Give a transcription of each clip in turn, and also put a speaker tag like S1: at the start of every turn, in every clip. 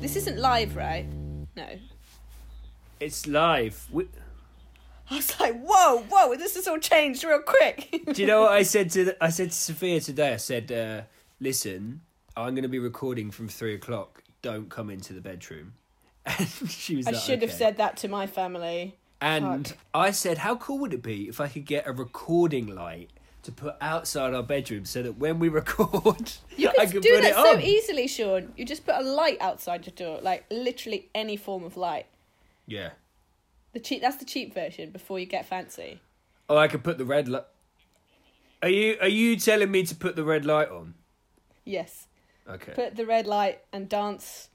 S1: This isn't live, right? No.
S2: It's live. We-
S1: I was like, whoa, whoa, this has all changed real quick.
S2: Do you know what I said to the, I said to Sophia today? I said, uh, "Listen, I'm going to be recording from three o'clock. Don't come into the bedroom." And she was.
S1: I
S2: like,
S1: should have
S2: "Okay."
S1: said that to my family.
S2: And I said, "How cool would it be if I could get a recording light to put outside our bedroom so that when we record,
S1: You could
S2: I could
S1: do
S2: put
S1: that
S2: it
S1: so e-
S2: on?"
S1: easily, Sean. You just put a light outside your door, like literally any form of light.
S2: yeah.
S1: The cheap that's the cheap version before you get fancy.
S2: Oh, I could put the red light. Are you are you telling me to put the red light on?
S1: Yes.
S2: Okay.
S1: Put the red light and dance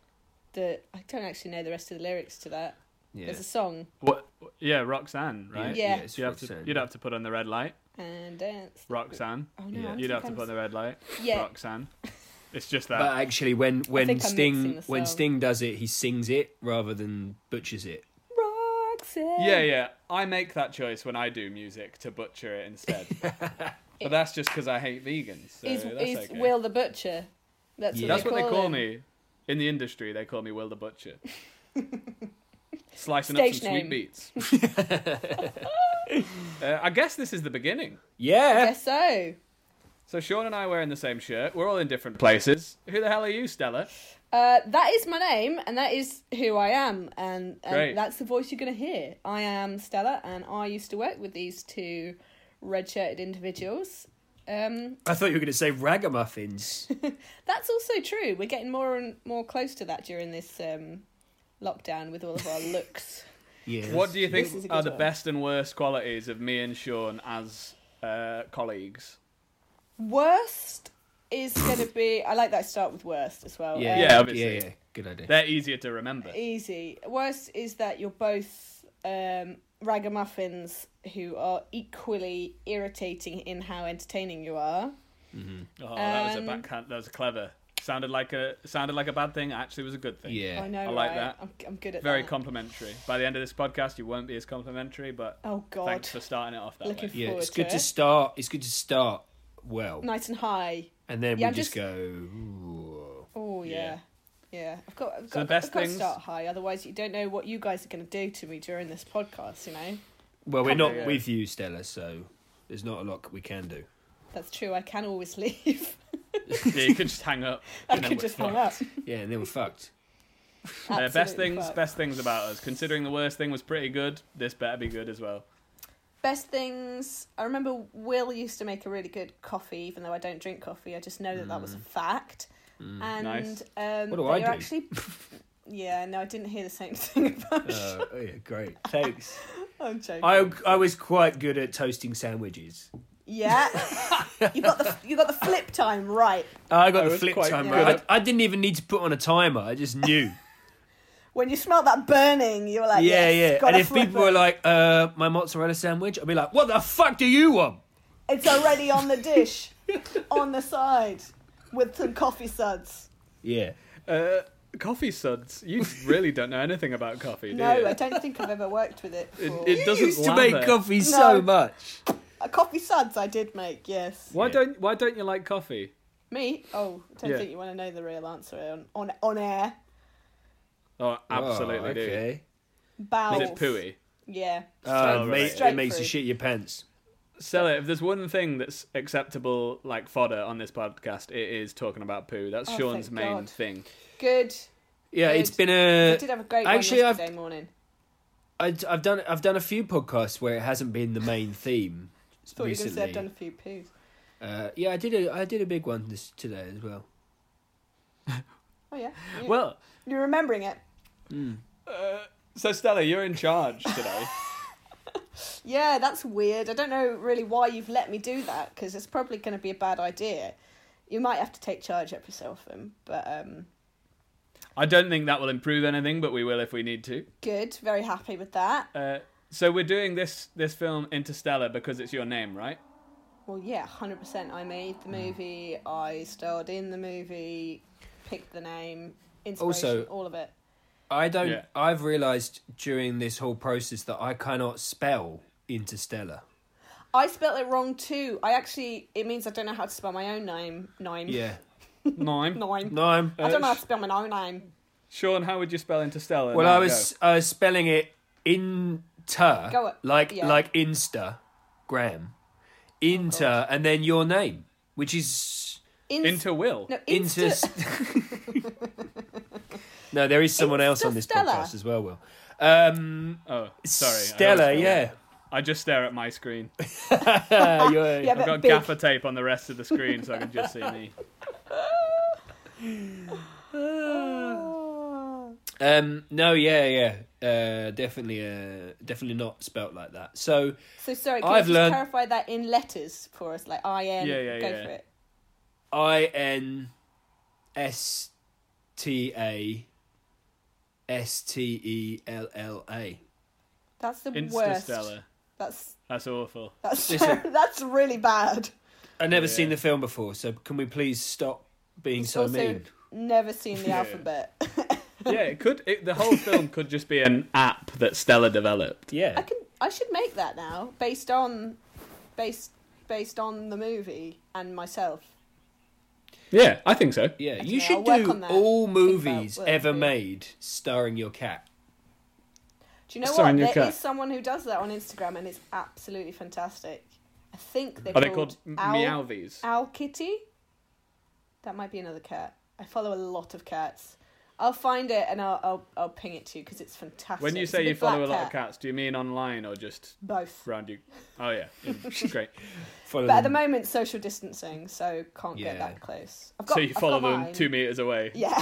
S1: the I don't actually know the rest of the lyrics to that.
S2: yeah.
S1: There's a song.
S3: What? Yeah, Roxanne, right?
S1: Yeah.
S2: it's
S3: You'd have to
S2: Roxanne.
S3: you'd have to put on the red light,
S1: And dance.
S3: Roxanne.
S1: Oh no,
S2: Yeah.
S1: I
S3: You'd
S1: think
S3: have to
S1: I'm-
S3: put on the red light,
S1: Yeah.
S3: Roxanne. It's just
S2: But
S3: that.
S2: actually, when when
S1: think I'm mixing
S2: Sting
S1: the
S2: when
S1: song.
S2: Sting does it, he sings it rather than butchers it.
S1: Roxanne.
S3: Yeah, yeah. I make that choice when I do music to butcher it instead. but that's just because I hate vegans. So
S1: is
S3: that's
S1: is
S3: okay.
S1: Will the Butcher. That's what,
S2: Yeah.
S3: That's
S1: they,
S3: what they
S1: call
S3: call
S1: him.
S3: me in the industry. They call me Will the Butcher. Slicing up
S1: Stage
S3: some
S1: name.
S3: sweet beats. uh, I guess this is the beginning.
S1: I
S2: Yeah,
S1: guess so.
S3: So Sean and I wearing the same shirt. We're all in different places. Who the hell are you, Stella?
S1: Uh, that is my name, and that is who I am, and,
S3: Great.
S1: and that's the voice you're going to hear. I am Stella, and I used to work with these two red-shirted individuals. Um,
S2: I thought you were going to say ragamuffins.
S1: that's also true. We're getting more and more close to that during this um, lockdown with all of our looks.
S2: yes.
S3: What do you
S1: This is a
S3: think
S1: good
S3: are the
S1: one.
S3: best and worst qualities of me and Sean as uh, colleagues?
S1: Worst is going to be. I like that. Start with worst as well.
S2: Yeah,
S1: Um,
S3: Yeah,
S2: yeah,
S3: obviously.
S2: yeah, yeah. Good idea.
S3: They're easier to remember.
S1: Eh, Easy. Worst is that you're both um, ragamuffins who are equally irritating in how entertaining you are.
S3: Oh, that was a
S1: Um,
S3: backhand. That was clever. Sounded like a sounded like a bad thing. Actually, was a good thing.
S2: yeah,
S1: I know.
S3: I like
S1: right?
S3: that.
S1: I'm, I'm good at
S3: Very
S1: that.
S3: complimentary. By the end of this podcast, you won't be as complimentary, but
S1: Oh God,
S3: thanks for starting it off that
S1: Looking
S3: way.
S2: yeah. It's
S1: forward
S2: good
S1: to
S2: to
S1: it.
S2: start. It's good to start well,
S1: nice and high.
S2: and then
S1: Yeah,
S2: we
S1: I'm
S2: just,
S1: just-
S2: go. "Ooh."
S1: Oh yeah.
S3: Yeah.
S1: yeah, I've got. I've got,
S3: So the best
S1: I've got
S3: things-
S1: to start high. Otherwise, you don't know what you guys are going to do to me during this podcast. You know,
S2: Well, we're not
S3: Yeah.
S2: with you, Stella, so there's not a lot we can do.
S1: that's true. I can always leave.
S3: yeah, you could just hang up.
S1: I
S3: You know,
S1: could
S3: we're
S1: just hang up.
S3: fucked.
S2: Yeah, and then we're fucked.
S3: Uh, best
S1: Absolutely
S3: things,
S1: fucked.
S3: best things about us. Considering the worst thing was pretty good, this better be good as well.
S1: Best things. I remember Will used to make a really good coffee, even though I don't drink coffee. I just know that that was a fact. And
S3: Nice.
S1: um,
S2: Mm. What do
S1: they
S2: I
S1: were
S2: do?
S1: actually. Yeah, no, I didn't hear the same thing about.
S2: Oh, yeah, great. Thanks.
S1: I'm joking.
S2: I I was quite good at toasting sandwiches.
S1: Yeah, you got the you got the flip time right.
S2: Oh, I got
S3: I
S2: the
S3: was
S2: flip
S3: quite
S2: time
S1: good
S2: right.
S3: at-
S2: I, I didn't even need to put on a timer. I just knew.
S1: When you smelt that burning, you were like,
S2: yeah,
S1: yes,
S2: yeah.
S1: gotta
S2: And if
S1: flip
S2: people were
S1: it.
S2: like, uh, my mozzarella sandwich, I'd be like, what the fuck do you want?
S1: it's already on the dish, on the side, with some coffee suds.
S2: Yeah.
S3: Uh, coffee suds. You really don't know anything about coffee, do you?
S1: No, I don't think I've ever worked with it.
S3: It-
S1: Before.
S3: it does-
S2: You
S3: Doesn't
S2: used to
S3: love
S2: make
S3: it.
S2: coffee so
S1: No.
S2: much.
S1: Uh, coffee suds I did make, yes.
S3: Why
S2: Yeah.
S3: don't Why don't you like coffee?
S1: Me? Oh, I don't
S3: Yeah.
S1: think you want to know the real answer on on, on air.
S3: Oh, I absolutely
S2: oh, okay.
S3: do.
S1: Bowels.
S3: Is it pooey?
S1: Yeah.
S2: Uh,
S3: Straight-
S2: mate,
S1: straight
S2: it makes you
S1: through.
S2: shit your pants.
S3: Stella, if there's one thing that's acceptable, like fodder on this podcast, it is talking about poo. That's
S1: Oh,
S3: Sean's
S1: thank
S3: main
S1: God.
S3: thing.
S1: Good.
S2: Yeah,
S1: Good.
S2: it's been
S1: I
S2: a.
S1: did have a great
S2: Uh, actually,
S1: one
S2: I've-
S1: yesterday morning.
S2: I, I've done I've done a few podcasts where it hasn't been the main theme.
S1: Thought you were going to say I've
S2: recently.
S1: done a few poos.
S2: Uh, yeah, I did a I did a big one this today as well.
S1: Oh yeah. You,
S3: Well,
S1: you're remembering it.
S3: uh, so Stella, you're in charge today.
S1: Yeah, that's weird. I don't know really why you've let me do that because it's probably going to be a bad idea. You might have to take charge of yourself, um, but um,
S3: I don't think that will improve anything, but we will if we need to.
S1: good. Very happy with that.
S3: Uh, so we're doing this this film Interstellar because it's your name, right?
S1: Well, yeah, hundred percent. I made
S2: Hmm.
S1: the movie. I starred in the movie. Picked the name. Inspiration.
S2: Also-
S1: all of it.
S2: I don't.
S3: Yeah.
S2: I've realised during this whole process that I cannot spell Interstellar.
S1: I spelled it wrong too. I actually. It means I don't know how to spell my own name. Name.
S2: Yeah.
S3: Nine.
S1: Name.
S2: No, uh, I'm.
S3: Uh,
S1: I don't know how to spell my own name.
S3: Sean, how would you spell interstellar?
S2: Well,
S3: Now
S2: I
S3: go.
S2: was I was spelling it inter,
S1: Go up,
S2: like
S1: yeah.
S2: like Insta, Graham,
S1: Oh,
S2: inter, and then your name, which is
S1: Inst-
S3: into Will.
S1: no,
S2: inter.
S1: Insta-
S2: no, there is someone else on this
S1: Interstellar.
S2: podcast as well. Will um,
S3: Oh, sorry. I always
S2: Stella,
S3: forget.
S2: yeah,
S3: I just stare at my screen.
S2: You're-
S1: Yeah,
S3: I've
S1: but
S3: got
S1: big.
S3: gaffer tape on the rest of the screen, so I can just see me.
S1: Oh.
S2: Um, no, yeah, yeah, uh, definitely, uh, definitely not spelt like that. So
S1: So sorry, can
S2: I've
S1: you just
S2: learned-
S1: clarify that in letters for us, like I N.
S3: Yeah, yeah,
S1: go
S3: yeah.
S1: for it.
S2: I N S T A S T E L L A.
S1: That's the worst.
S3: Interstellar.
S1: That's
S3: That's awful.
S1: that's
S2: Listen.
S1: that's really bad.
S2: I've never
S3: Yeah.
S2: seen the film before, so can we please stop being so
S1: also
S2: mean?
S1: never seen the
S3: Yeah.
S1: alphabet.
S3: Yeah, it could. It, the whole film could just be an app that Stella developed.
S1: I
S2: Yeah.
S1: can I should make that now based on based based on the movie and myself.
S3: Yeah, I think so.
S2: Yeah,
S1: don't
S2: you
S1: know,
S2: should
S1: I'll work on
S2: do
S1: that.
S2: all
S1: Think about
S2: movies
S1: what
S2: ever
S1: we-
S2: made starring your cat.
S1: Do you know
S3: Sorry,
S1: what?
S3: new
S1: There is
S3: cat.
S1: someone who does that on Instagram and it's absolutely fantastic. I think they're
S3: Are they
S1: called,
S3: called m-
S1: Owl,
S3: meowvies?
S1: Owl Kitty. That might be another cat. I follow a lot of cats. I'll find it and I'll I'll, I'll ping it to you because it's fantastic.
S3: When you
S1: It's a
S3: say you
S1: big black
S3: follow a lot of
S1: cat.
S3: cats, do you mean online or just
S1: both.
S3: round you? Oh yeah, Yeah, great.
S2: Follow
S1: But at the
S2: them.
S1: moment, social distancing, so can't
S2: Yeah.
S1: get that close. I've got,
S3: So you
S1: I've got
S3: follow them
S1: mine.
S3: two meters away.
S1: Yeah.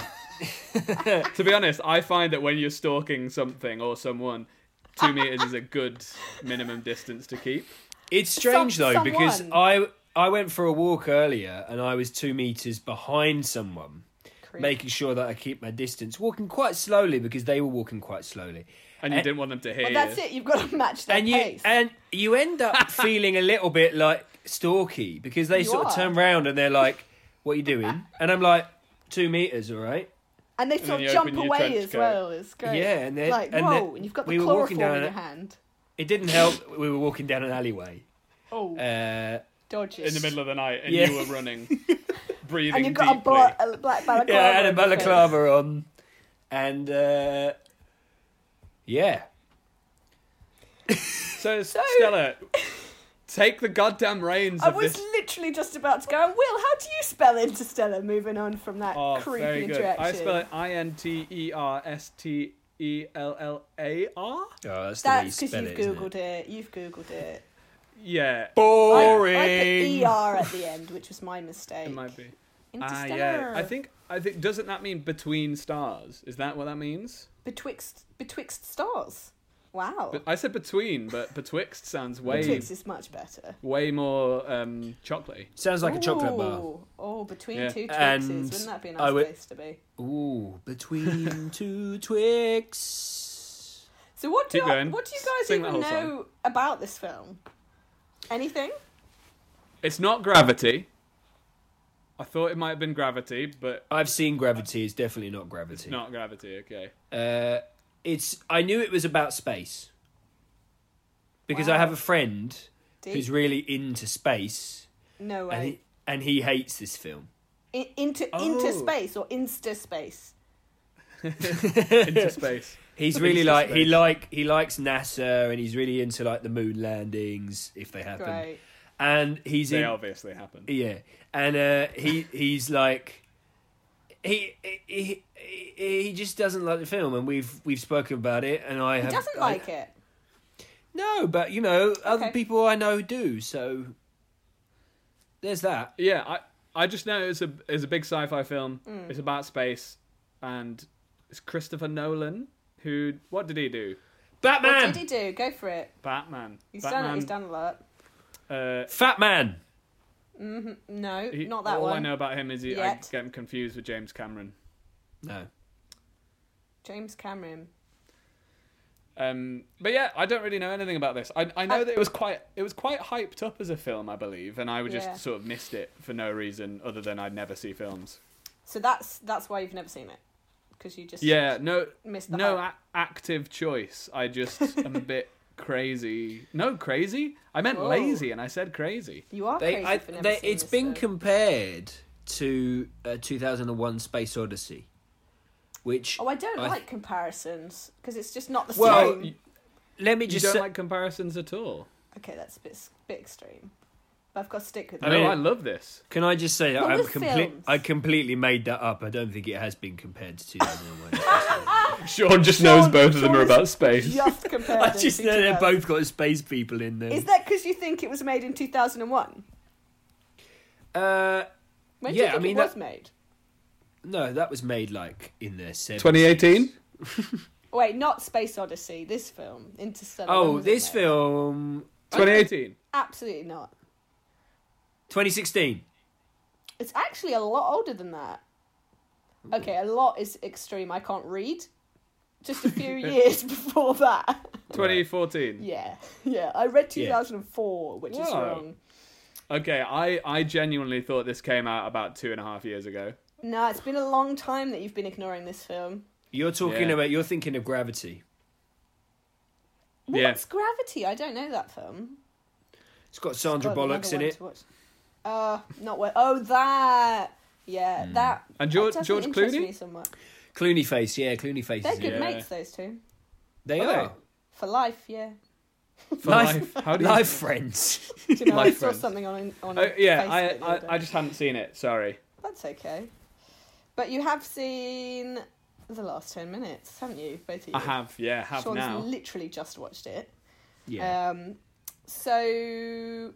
S3: To be honest, I find that when you're stalking something or someone, two meters is a good minimum distance to keep.
S2: It's strange
S1: Some-
S2: though because
S1: someone.
S2: I I went for a walk earlier and I was two meters behind someone,
S1: Creep.
S2: making sure that I keep my distance, walking quite slowly because they were walking quite slowly.
S3: And you
S2: Eh.
S3: didn't want them to hear
S1: Well, that's
S3: you.
S1: it. You've got to match that
S2: and you
S1: pace.
S2: and you end up feeling a little bit like stalky because they
S1: You
S2: sort
S1: are.
S2: of turn round and they're like, "What are you doing?" And I'm like, two meters, all right."
S1: And they
S3: then
S1: sort
S3: you
S1: of jump
S3: open your
S1: away
S3: trench
S1: as
S3: coat.
S1: well. It's great.
S2: Yeah, and then-
S1: like
S2: and
S1: whoa,
S2: then
S1: and you've got the
S2: we were walking
S1: chloroform in
S2: down
S1: your
S2: a-
S1: hand.
S2: It didn't help. we were walking down an alleyway.
S1: Oh,
S2: Uh,
S1: dodgy.
S3: in the middle of the night and
S2: Yeah.
S3: you were running, breathing
S1: and you've got
S3: deeply.
S1: a, bla- a black balaclava.
S2: yeah, I had a
S1: on your face.
S2: balaclava on, and uh, yeah,
S3: so, Stella, take the goddamn reins
S1: I
S3: of
S1: was
S3: this.
S1: literally just about to go. Will, how do you spell interstellar? Moving on from that
S3: Oh,
S1: creepy
S3: very good.
S1: interaction.
S3: I spell it I N T E R S T E L L A R.
S2: oh, that's,
S1: That's
S2: the
S1: because
S2: way you
S1: you've
S2: spell it, isn't
S1: googled it? You've googled it.
S3: Yeah,
S1: I-
S2: Boring.
S1: I, put er at the end, which was my mistake.
S3: it might be. Ah,
S1: Interstellar.
S3: yeah. I think. I think. Doesn't that mean between stars? Is that what that means?
S1: betwixt betwixt stars. Wow.
S3: But I said between, but betwixt sounds way,
S1: Betwixt is much better.
S3: way more um, chocolatey.
S2: Sounds like a chocolate bar.
S1: Ooh. Oh, between
S3: Yeah.
S1: two
S2: And
S1: Twixes. Wouldn't that be a
S2: I
S1: nice
S2: would-
S1: place to be?
S2: Ooh, between two twigs.
S1: So what do
S3: Keep
S1: I,
S3: going.
S1: what do you guys
S3: Sing that
S1: even
S3: whole
S1: know about this film? Anything?
S3: It's not gravity. I thought it might have been gravity, but
S2: I've seen Gravity. It's definitely not Gravity.
S3: it's not gravity. Okay.
S2: Uh, it's I knew it was about space because I
S1: Wow.
S2: have a friend
S1: Deep.
S2: who's really into space,
S1: No
S2: and
S1: way.
S2: he, and he hates this film.
S1: I- into
S3: Oh.
S1: into space or insta space.
S3: Into space.
S2: He's really
S3: into
S2: like he
S3: space.
S2: like he likes NASA, and he's really into like the moon landings if they happen,
S1: Great.
S2: and he's
S3: They
S2: in
S3: obviously happened.
S2: yeah, and uh, he he's like. He, he he he just doesn't like the film, and we've we've spoken about it. And I
S1: He
S2: have
S1: doesn't
S2: I-
S1: like it.
S2: No, but you know, other
S1: Okay.
S2: people I know do. So there's that.
S3: Yeah, I I just know it's a it's a big sci-fi film.
S1: Mm.
S3: It's about space, and it's Christopher Nolan who what did he do?
S1: What
S2: Batman,
S1: did he do? Go for it.
S3: Batman.
S1: He's
S3: Batman.
S1: done it. He's done a lot.
S3: Uh,
S2: Fat Man.
S1: No,
S3: he-
S1: not that
S3: all I
S1: one.
S3: know about him is he, I
S1: Yet.
S3: get him confused with James Cameron.
S2: No,
S1: James Cameron.
S3: Um, but yeah, I don't really know anything about this. I, I know
S1: I-
S3: that it was quite it was quite hyped up as a film, I believe, and I would just
S1: Yeah.
S3: sort of missed it for no reason other than I'd never see films.
S1: So that's that's why you've never seen it because you just
S3: Yeah, no,
S1: missed the
S3: no
S1: hype.
S3: a- active choice. I just am a bit crazy. No, crazy. I meant
S1: Whoa.
S3: lazy, and I said crazy.
S1: You are
S2: they,
S1: crazy
S2: I,
S1: for never
S2: they,
S1: seeing
S2: it's
S1: this
S2: been
S1: film.
S2: compared to uh, 2001: Space Odyssey, which
S1: Oh, I don't
S2: I-
S1: like comparisons because it's just not the
S2: Well,
S1: same.
S3: you,
S2: let me
S3: you
S2: just
S3: don't
S2: say,
S3: like comparisons at all.
S1: Okay, that's a bit, s- bit extreme. But I've got to stick with
S2: I
S3: I
S1: it.
S2: mean-
S3: no, I love this.
S2: can I just say that
S1: But
S2: I'm
S1: with
S2: complete
S1: films-
S2: I completely made that up. I don't think it has been compared to 2001.
S3: Sean just
S1: Sean-
S3: knows both of them
S1: Sean
S3: are
S1: is
S3: about space.
S1: Just compared.
S2: I
S1: them
S2: just
S1: to
S2: know they've
S1: 2000.
S2: both got space people in them.
S1: Is that because you think it was made in two thousand and one?
S2: uh,
S1: When do you
S2: Yeah, I
S1: think
S2: mean,
S1: it was
S2: that-
S1: made?
S2: no, that was made like in the 70s.
S3: 2018?
S1: Wait, not Space Odyssey. This film, Interstellar. when
S2: Oh,
S1: was it
S2: this
S1: made?
S2: film.
S3: 2018.
S1: Absolutely not.
S2: 2016.
S1: It's actually a lot older than that. Okay, a lot is extreme. I can't read. Just a few years before that.
S3: 2014.
S1: Yeah, yeah. I read
S2: Yeah.
S1: 2004, which is
S3: Whoa.
S1: wrong.
S3: Okay, I, I genuinely thought this came out about two and a half years ago.
S1: No, it's been a long time that you've been ignoring this film.
S2: You're talking
S3: Yeah.
S2: about. You're thinking of Gravity.
S1: What's
S3: Yeah.
S1: Gravity? I don't know that film.
S2: It's got Sandra
S1: Got
S2: Bullock's
S1: another
S2: in
S1: one
S2: it.
S1: to watch. Uh, not where. Oh, that. Yeah, that.
S3: And George-
S1: that doesn't
S3: George
S1: interest
S3: Clooney?
S1: Me somewhat.
S2: Clooney face. Yeah, Clooney face.
S1: They're
S2: is in
S1: good
S2: it.
S3: Yeah.
S1: mates, those two.
S2: They
S3: Are
S2: are.
S3: they?
S1: For life, yeah.
S3: For
S2: Life-
S3: life. How do you...
S2: Life friends.
S1: Do you know, I
S3: Life
S1: saw
S3: friends.
S1: something on on
S3: Oh, yeah,
S1: Facebook the
S3: I,
S1: other
S3: I, I
S1: day.
S3: just hadn't seen it. Sorry.
S1: That's okay. But you have seen the last ten minutes, haven't you? Both of you.
S3: I have, yeah, have
S1: Sean's
S3: now.
S1: literally just watched it.
S2: yeah.
S1: Um, so,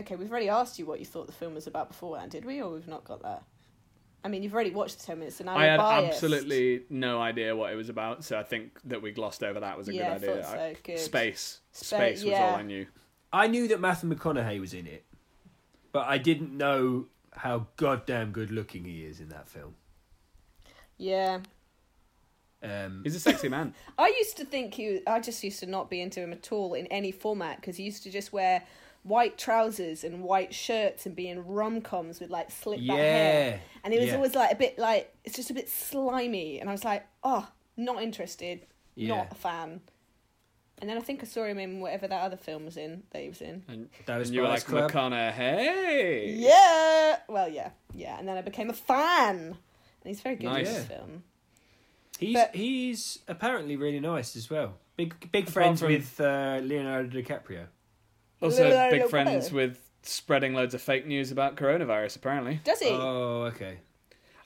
S1: okay, we've already asked you what you thought the film was about beforehand, did we? Or we've not got that? I mean, you've already watched the 10 minutes, so now
S3: I
S1: you're
S3: had
S1: biased.
S3: absolutely no idea what it was about, so I think that we glossed over that was a
S1: yeah,
S3: good idea.
S1: I thought
S3: I-
S1: so. Good.
S3: Space.
S1: Spa-
S3: Space was
S1: yeah.
S3: all I knew.
S2: I knew that Matthew McConaughey was in it, but I didn't know how goddamn good looking he is in that film.
S1: Yeah.
S2: Um,
S3: He's a sexy man.
S1: I used to think he, I just used to not be into him at all in any format because he used to just wear white trousers and white shirts and be in rom coms with like slick back hair.
S2: yeah.
S1: And it was
S2: Yeah.
S1: always like a bit like, it's just a bit slimy. And I was like, oh, not interested,
S2: Yeah.
S1: not a fan. And then I think I saw him in whatever that other film was in that he was in.
S3: And,
S2: Dallas
S3: and you were
S2: Buyers
S3: like,
S2: Club.
S3: McConaughey.
S1: Yeah. Well, yeah, yeah. And then I became a fan, and he's very good
S3: Nice.
S1: in this
S2: Yeah.
S1: film.
S2: He's
S1: But-
S2: he's apparently really nice as well. Big big
S3: Apart
S2: friends
S3: from-
S2: with uh, Leonardo DiCaprio.
S3: Also,
S1: Leonardo
S3: big
S1: DiCaprio.
S3: friends with spreading loads of fake news about coronavirus, apparently.
S1: Does he?
S2: Oh, okay.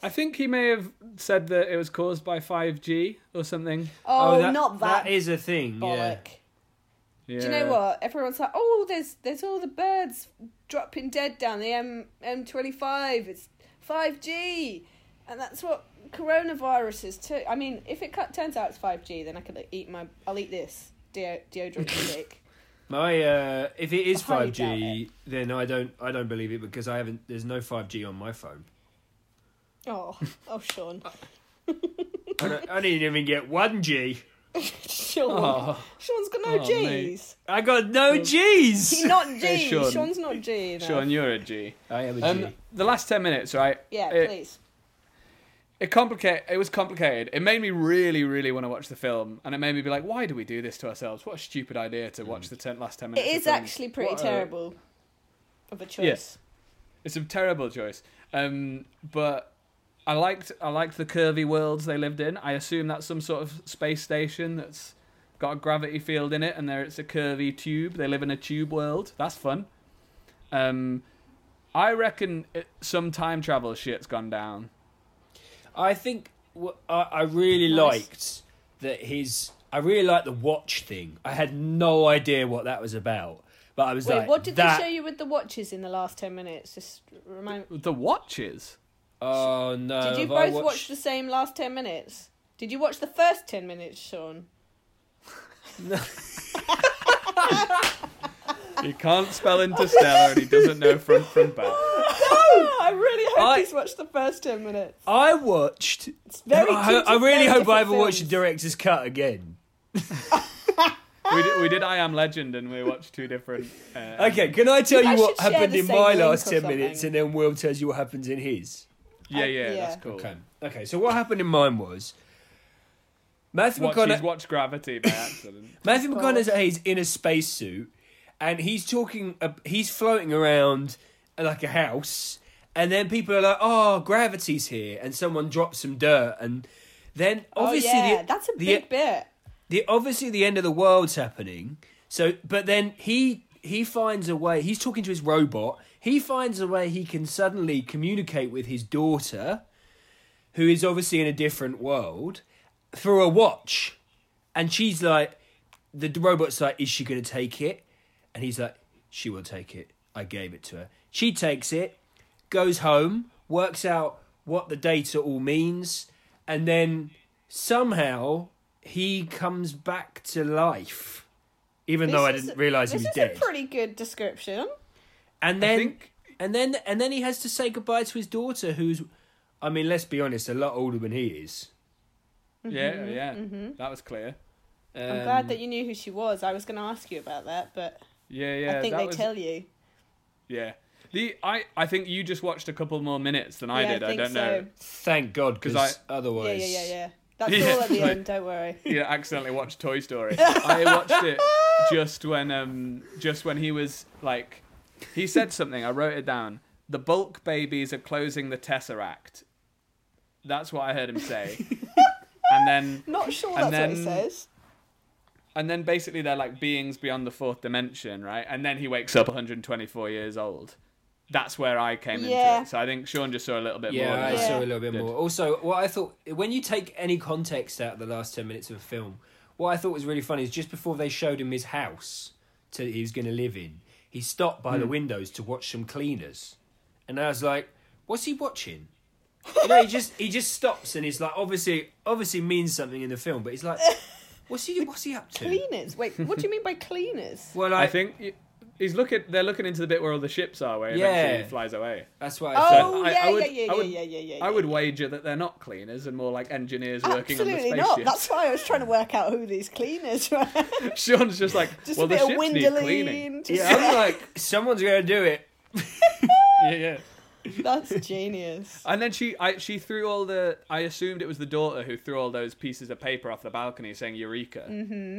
S3: I think he may have said that it was caused by 5G or something.
S1: oh,
S2: that-
S1: not that,
S2: That is a thing. Yeah.
S1: bollock.
S3: Yeah.
S1: Do you know what? Everyone's like, oh, there's there's all the birds dropping dead down the M M twenty five. It's five G, and that's what coronavirus is too. I mean, if it cut, turns out it's five G, then I could like, eat my. I'll eat this deo- deodorant stick.
S2: My uh, if it is
S1: I highly
S2: five G, then I don't I don't believe it because I haven't. There's no five G on my phone.
S1: Oh, oh, Sean,
S2: I, don't- I didn't even get one G.
S1: Sean,
S3: Oh,
S1: Sean's got no
S3: Oh, mate.
S1: G's.
S2: I got no
S1: He's
S2: G's.
S1: not G.
S3: Hey, Sean.
S1: Sean's not G. enough.
S3: Sean, you're a G.
S2: I am a G.
S3: Um, the last 10 minutes, right?
S1: Yeah,
S3: It-
S1: please.
S3: It complicate. It was complicated. It made me really, really want to watch the film, and it made me be like, "Why do we do this to ourselves? What a stupid idea to watch the ten, last ten
S1: It
S3: minutes." of
S1: is
S3: film."
S1: actually pretty
S3: What a-
S1: terrible of a choice.
S3: Yes. It's a terrible choice. Um, but I liked. I liked the curvy worlds they lived in. I assume that's some sort of space station that's got a gravity field in it, and there it's a curvy tube. They live in a tube world. That's fun. Um, I reckon it, some time travel shit's gone down.
S2: I think wh- I, I really
S1: Nice.
S2: liked that his. I really liked the watch thing. I had no idea what that was about, but I was
S1: Wait,
S2: like,
S1: what did
S2: that,
S1: they show you with the watches in the last ten minutes? Just remind.
S3: The watches.
S2: Oh no!
S1: Did you
S2: have I
S1: both watch
S2: watched-
S1: the same last ten minutes? Did you watch the first ten minutes, Sean?
S3: He can't spell interstellar and he doesn't know front from back.
S1: Oh, I really hope
S2: I-
S1: he's watched the first ten minutes.
S2: I watched.
S1: It's very.
S2: I,
S1: two
S2: I really
S1: very
S2: hope
S1: different
S2: I ever watch the
S1: films.
S2: director's cut again.
S3: We did, we did I Am Legend and we watched two different. Uh,
S2: Okay, can I tell
S1: I
S2: you what
S1: should share
S2: happened
S1: the
S2: in
S1: same
S2: my
S1: link
S2: last
S1: or
S2: ten minutes,
S1: something.
S2: and then Will tells you what happens in his?
S3: Yeah, yeah,
S1: Yeah.
S3: that's cool.
S2: Okay. Okay. So what happened in mine was Matthew
S3: Watch, he's
S2: McConaughey.
S3: watched Gravity by accident.
S1: Oh.
S2: Matthew McConaughey's in a spacesuit, and he's talking. Uh, he's floating around uh, like a house, and then people are like, "Oh, gravity's here," and someone drops some dirt, and Then obviously
S1: oh yeah,
S2: the,
S1: that's a
S2: the-
S1: big bit.
S2: the obviously the end of the world's happening. So, but then he he finds a way. He's talking to his robot. He finds a way he can suddenly communicate with his daughter, who is obviously in a different world, through a watch. And she's like, the d- robot's like, is she going to take it? And he's like, she will take it. I gave it to her. She takes it, goes home, works out what the data all means, and then somehow he comes back to life. Even though I
S1: This is-
S2: didn't realize he
S1: this
S2: was
S1: is
S2: dead.
S1: a pretty good description.
S2: And then,
S3: think-
S2: and then, and then he has to say goodbye to his daughter, who's, I mean, let's be honest, a lot older than he is.
S1: Mm-hmm.
S3: Yeah, yeah, that was clear.
S1: I'm
S2: Um,
S1: glad that you knew who she was. I was going to ask you about that, but
S3: Yeah, yeah.
S1: I think
S3: that
S1: they
S3: was-
S1: tell you.
S3: Yeah, the I I think you just watched a couple more minutes than I
S1: Yeah, I
S3: did. I,
S1: think
S3: don't know.
S2: Thank God,
S3: 'Cause
S2: because
S1: Yeah,
S2: otherwise,
S1: yeah, yeah, yeah. That's
S3: Yeah,
S1: all at the
S3: like-
S1: end. Don't worry.
S3: You accidentally watched Toy Story. I watched it just when um just when he was like, he said something. I wrote it down. The bulk babies are closing the tesseract. That's what I heard him say. and then
S1: Not sure that's
S3: And
S1: what he
S3: then-
S1: says.
S3: and then basically they're like beings beyond the fourth dimension, right? And then he wakes up 124 years old. That's where I came
S1: Yeah.
S3: into it. So I think Sean just saw a little bit
S2: Yeah,
S3: more.
S2: I
S3: than
S1: Yeah.
S2: saw a little bit
S3: Good.
S2: more. Also, what I thought when you take any context out of the last ten minutes of a film, what I thought was really funny is just before they showed him his house to he was going to live in, he stopped by the
S3: Hmm.
S2: windows to watch some cleaners, and I was like, "What's he watching?" you know, he just he just stops and he's like, obviously, obviously means something in the film, but he's like, "What's he? What's he up to?"
S1: Cleaners. Wait, what do you mean by cleaners?
S2: Well,
S3: I
S2: I, think
S3: think y- he's looking. They're looking into the bit where all the ships are, where
S2: Yeah.
S3: eventually he flies away.
S2: that's why. I thought.
S1: oh
S3: I- I
S1: yeah,
S3: would-
S1: yeah, yeah,
S3: I would-
S1: yeah, yeah, yeah, yeah.
S3: I would wager that they're not cleaners and more like engineers working on the
S1: Absolutely not.
S3: spaceship.
S1: That's why I was trying to work out who these cleaners were.
S3: Sean's just like,
S1: Just
S3: well,
S1: a
S3: the
S1: bit of
S3: ships need cleaning.
S1: windoline.
S2: Yeah, I'm like, someone's going to do it.
S3: Yeah, yeah.
S1: That's genius.
S3: And then she, I, she threw all the. I assumed it was the daughter who threw all those pieces of paper off the balcony, saying "Eureka."
S1: Mm-hmm.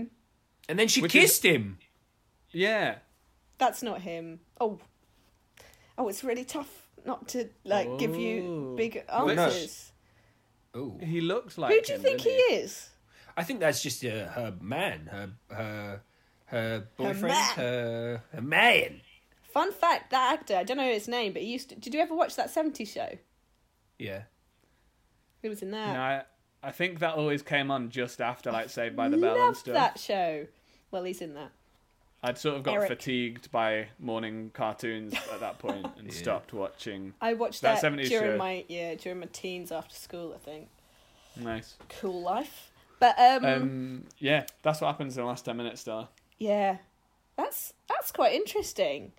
S2: And then she
S3: Which is-
S2: kissed him.
S3: Yeah.
S1: That's not him. Oh, oh, it's really tough not to like give you
S3: Oh.
S1: big
S2: Well, no.
S1: answers.
S2: Ooh.
S3: He looks like.
S1: Who do you
S3: him,
S1: think
S3: doesn't
S1: he is?
S2: I think that's just uh, her man, her her her boyfriend,
S1: man.
S2: her her man.
S1: Fun fact: that actor, I don't know his name, but he used. To, did you ever watch that '70s show?
S2: Yeah.
S1: He was in
S3: No,
S1: that.
S3: I, I think that always came on just after like Saved by the Bell and
S1: Loved
S3: stuff.
S1: that show. Well, he's in that.
S3: I'd sort of got
S1: Eric.
S3: fatigued by morning cartoons at that point and stopped watching.
S1: I watched
S3: That
S1: that,
S3: 70s
S1: during
S3: show.
S1: my yeah during my teens after school. I think
S3: Nice.
S1: cool life, but um,
S3: Um, yeah, that's what happens in the last ten minutes, Star.
S1: yeah, that's that's quite interesting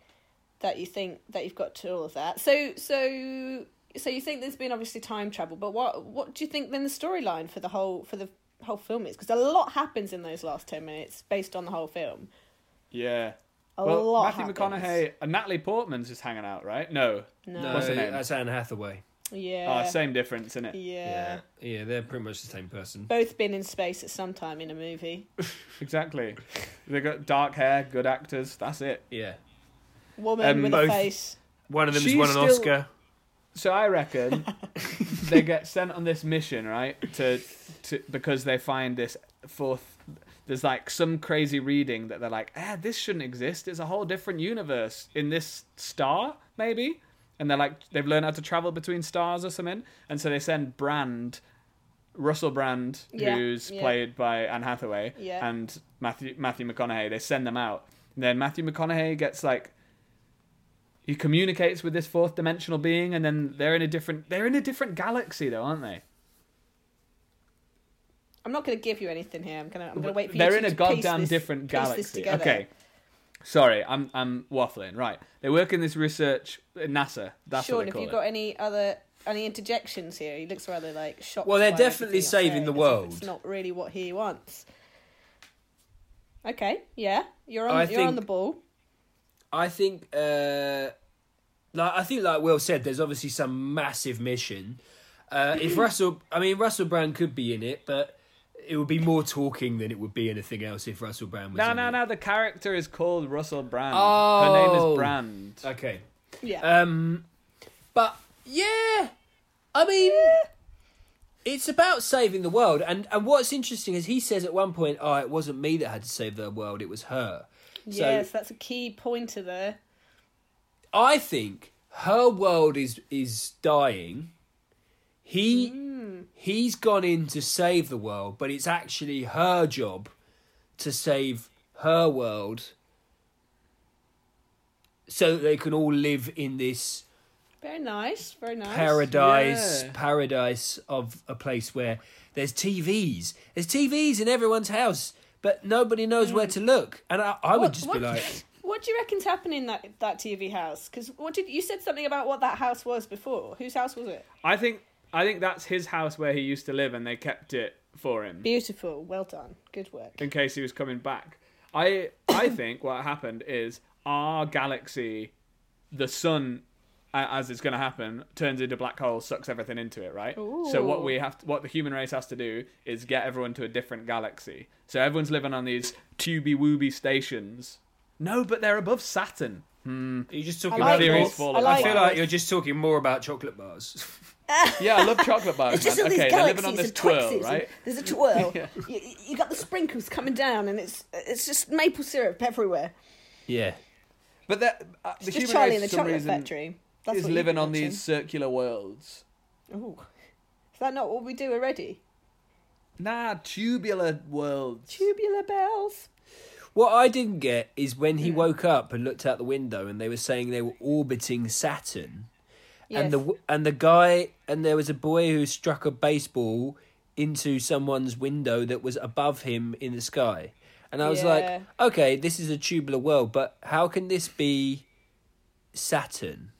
S1: that you think that you've got to all of that. So so so you think there's been obviously time travel, but what what do you think then the storyline for the whole for the whole film is? Because a lot happens in those last ten minutes based on the whole film.
S3: Yeah.
S1: A
S3: well,
S1: lot.
S3: Matthew
S1: happens.
S3: McConaughey and Natalie Portman's just hanging out, right? No.
S1: No.
S2: No,
S3: What's her name?
S2: that's Anne Hathaway.
S1: Yeah. E
S3: Ah, same difference, isn't it?
S1: yeah.
S2: Yeah, they're pretty much the same person.
S1: Both been in space at some time in a movie.
S3: Exactly. They got dark hair, good actors. That's it.
S2: Yeah.
S1: Woman
S3: Um,
S1: with
S2: both-
S1: a face.
S2: One of them's
S3: She's
S2: won an
S3: still-
S2: Oscar.
S3: So I reckon they get sent on this mission, right? To, to because they find this fourth. There's like some crazy reading that they're like, ah, this shouldn't exist. It's a whole different universe in this star, maybe. And they're like, they've learned how to travel between stars or something. And so they send Brand, Russell Brand,
S1: Yeah,
S3: who's
S1: yeah.
S3: played by Anne Hathaway,
S1: Yeah.
S3: and Matthew Matthew McConaughey. They send them out. And then Matthew McConaughey gets like he communicates with this fourth dimensional being and then they're in a different they're in a different galaxy though aren't they
S1: I'm not going to give you anything here. I'm going to. I'm going to wait for you.
S3: they're
S1: to-
S3: in a
S1: to
S3: goddamn
S1: piece this-
S3: different
S1: piece this
S3: galaxy
S1: together.
S3: okay sorry i'm i'm waffling right they work in this research uh, nasa that's
S1: Sean,
S3: what they
S1: have
S3: call
S1: you
S3: it
S1: got any other any interjections here? He looks rather like shocked.
S2: Well, they're
S1: by
S2: definitely
S1: everything you're
S2: saving
S1: saying,
S2: the
S1: as if
S2: world.
S1: It's not really what he wants. Okay, yeah, you're on.
S2: I
S1: you're on
S2: think-
S1: the ball.
S2: I think, uh, like I think, like Will said, there's obviously some massive mission. Uh, if Russell, I mean Russell Brand could be in it, but it would be more talking than it would be anything else if Russell Brand was.
S3: no
S2: in
S3: no
S2: it.
S3: no the character is called russell brand her name
S2: Oh.
S3: is brand
S2: Okay, uh,
S1: Yeah,
S2: Um, but yeah, I mean, It's about saving the world, and and what's interesting is he says at one point, "Oh, it wasn't me that had to save the world; it was her." So
S1: yes, that's a key pointer there.
S2: I think her world is is dying. He he's gone in to save the world, but it's actually her job to save her world, so that they can all live in this
S1: Very nice, very nice.
S2: paradise
S3: Yeah.
S2: paradise of a place where there's TVs. There's TVs in everyone's house, but nobody knows where to look. And I, I would just be like,
S1: What do you reckon's happening in that that TV house? Because what did you said something about what that house was before? Whose house was it?
S3: I think I think that's his house where he used to live, and they kept it for him
S1: Beautiful, well done, good work.
S3: in case he was coming back. I I think what happened is our galaxy, the sun, a- as it's going to happen, turns into a black hole, sucks everything into it, right? So what
S1: Ooh.
S3: we have, to, what the human race has to do is get everyone to a different galaxy. So everyone's living on these tubey wooby stations. No, but they're above Saturn.
S2: you're just talking
S1: I like
S2: about.
S1: Theories
S2: more-
S3: fall
S1: I
S2: I
S1: like
S2: feel
S1: this.
S2: like you're just talking more about chocolate bars.
S3: Yeah, I love chocolate bars.
S1: It's just
S3: man.
S1: all these
S3: Uh, okay, they're
S1: galaxies
S3: living on this
S1: and twixies.
S3: twirl,
S1: and
S3: right?
S1: There's a twirl.
S3: Yeah.
S1: you, you got the sprinkles coming down, and it's it's just maple syrup everywhere.
S2: yeah.
S3: But that uh,
S1: It's
S3: the human
S1: just Charlie
S3: race,
S1: in the
S3: for some
S1: chocolate
S3: reason,
S1: factory. That's
S3: is
S1: what you've
S3: living
S1: been
S3: on
S1: watching.
S3: these circular worlds.
S1: Ooh. Is that not what we do already?
S3: Nah, tubular worlds.
S1: Tubular bells.
S2: What I didn't get is when
S1: Hmm.
S2: he woke up and looked out the window, and they were saying they were orbiting Saturn,
S1: Yes.
S2: and the and the guy and there was a boy who struck a baseball into someone's window that was above him in the sky, and I was
S1: Yeah.
S2: like, okay, this is a tubular world, but how can this be Saturn?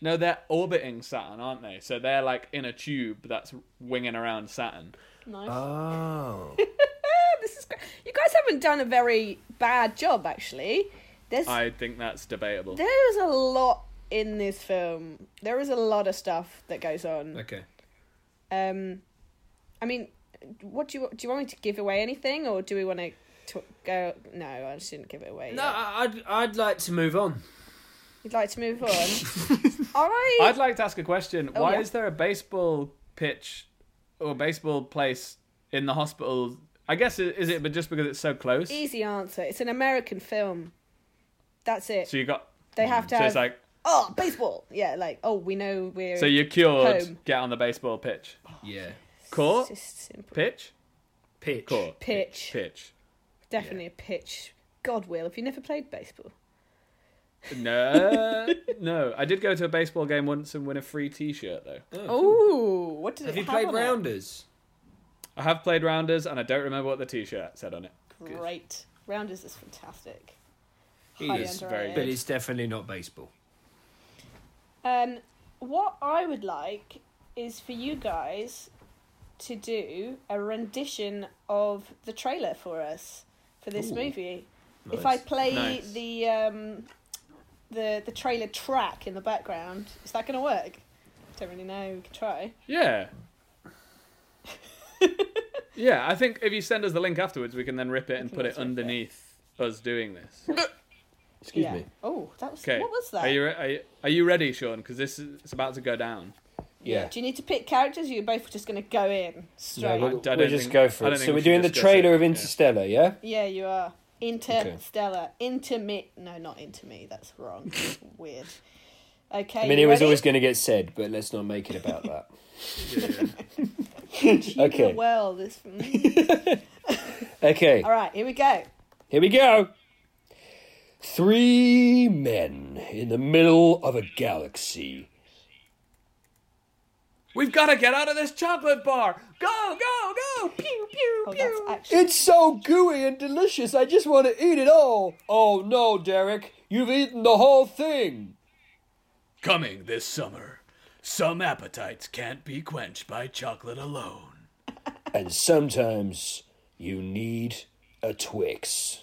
S3: No, they're orbiting Saturn, aren't they? So they're like in a tube that's winging around Saturn.
S1: nice.
S3: Uh.
S2: Oh,
S1: this is great. You guys haven't done a very bad job, actually. There's
S3: I think that's debatable.
S1: there is a lot in this film. There is a lot of stuff that goes on.
S2: okay.
S1: Um, I mean, what do you do? You want me to give away anything, or do we want to t- go? No, I just didn't give it away.
S2: No,
S1: yet.
S2: I- I'd I'd like to move on.
S1: You'd like to move on? All right.
S3: I'd like to ask a question.
S1: Oh,
S3: Why
S1: yeah.
S3: is there a baseball pitch or baseball place in the hospital? I guess i- is it, but just because it's so close.
S1: Easy answer. It's an American film. That's it.
S3: So you got.
S1: they have to
S3: So
S1: have
S3: it's like
S1: oh baseball. Yeah, like oh we know we're.
S3: so you're cured.
S1: Home.
S3: Get on the baseball pitch.
S2: Yeah,
S3: Court
S1: It's just simple.
S3: pitch.
S2: pitch.
S3: Court
S1: Pitch.
S3: pitch.
S1: Definitely a pitch. God will. Have you never played baseball?
S3: No, no. I did go to a baseball game once and win a free T-shirt though.
S1: Oh, what did
S2: Have
S1: it
S2: you
S1: have
S2: played
S1: on it?
S2: rounders?
S3: I have played rounders and I don't remember what the T-shirt said on it.
S1: Great. Rounders is fantastic.
S2: He
S1: Highly
S2: is
S1: underrated.
S2: But it's definitely not baseball.
S1: Um, what I would like is for you guys to do a rendition of the trailer for us for this
S2: Ooh.
S1: movie. If I
S2: Nice.
S1: play
S3: Nice.
S1: the um, the the trailer track in the background, is that going to work? Don't really know. We can try.
S3: Yeah. yeah, I think if you send us the link afterwards, we can then rip it and
S1: can
S3: put
S1: always
S3: it
S1: rip it.
S3: underneath us doing this.
S2: Excuse
S1: yeah.
S2: me.
S1: Oh, that was
S3: Okay.
S1: what was that?
S3: Are you re- are you, are you ready, Sean? Because this is it's about to go down.
S2: Yeah.
S1: Do you need to pick characters? Or you're both just going to go in straight.
S3: we'll- I- I don't think- I don't think we should discuss it, yeah.
S2: yeah?
S1: Yeah, you are. Interstellar. Intermi- No, not intermi. That's wrong. Weird. Okay. you ready?
S2: going to get said, but let's not make it about that.
S1: Tubular Well, this. mm.
S2: Okay,
S1: All right, here we go.
S2: here we go. Three men in the middle of a galaxy.
S3: We've got to get out of this chocolate bar. Go, go, go! Pew, pew,
S1: Oh, that's
S3: pew.
S1: actually.
S2: It's so gooey and delicious, I just want to eat it all. Oh no, Derek, you've eaten the whole thing.
S4: Coming this summer, some appetites can't be quenched by chocolate alone.
S2: And sometimes you need a Twix.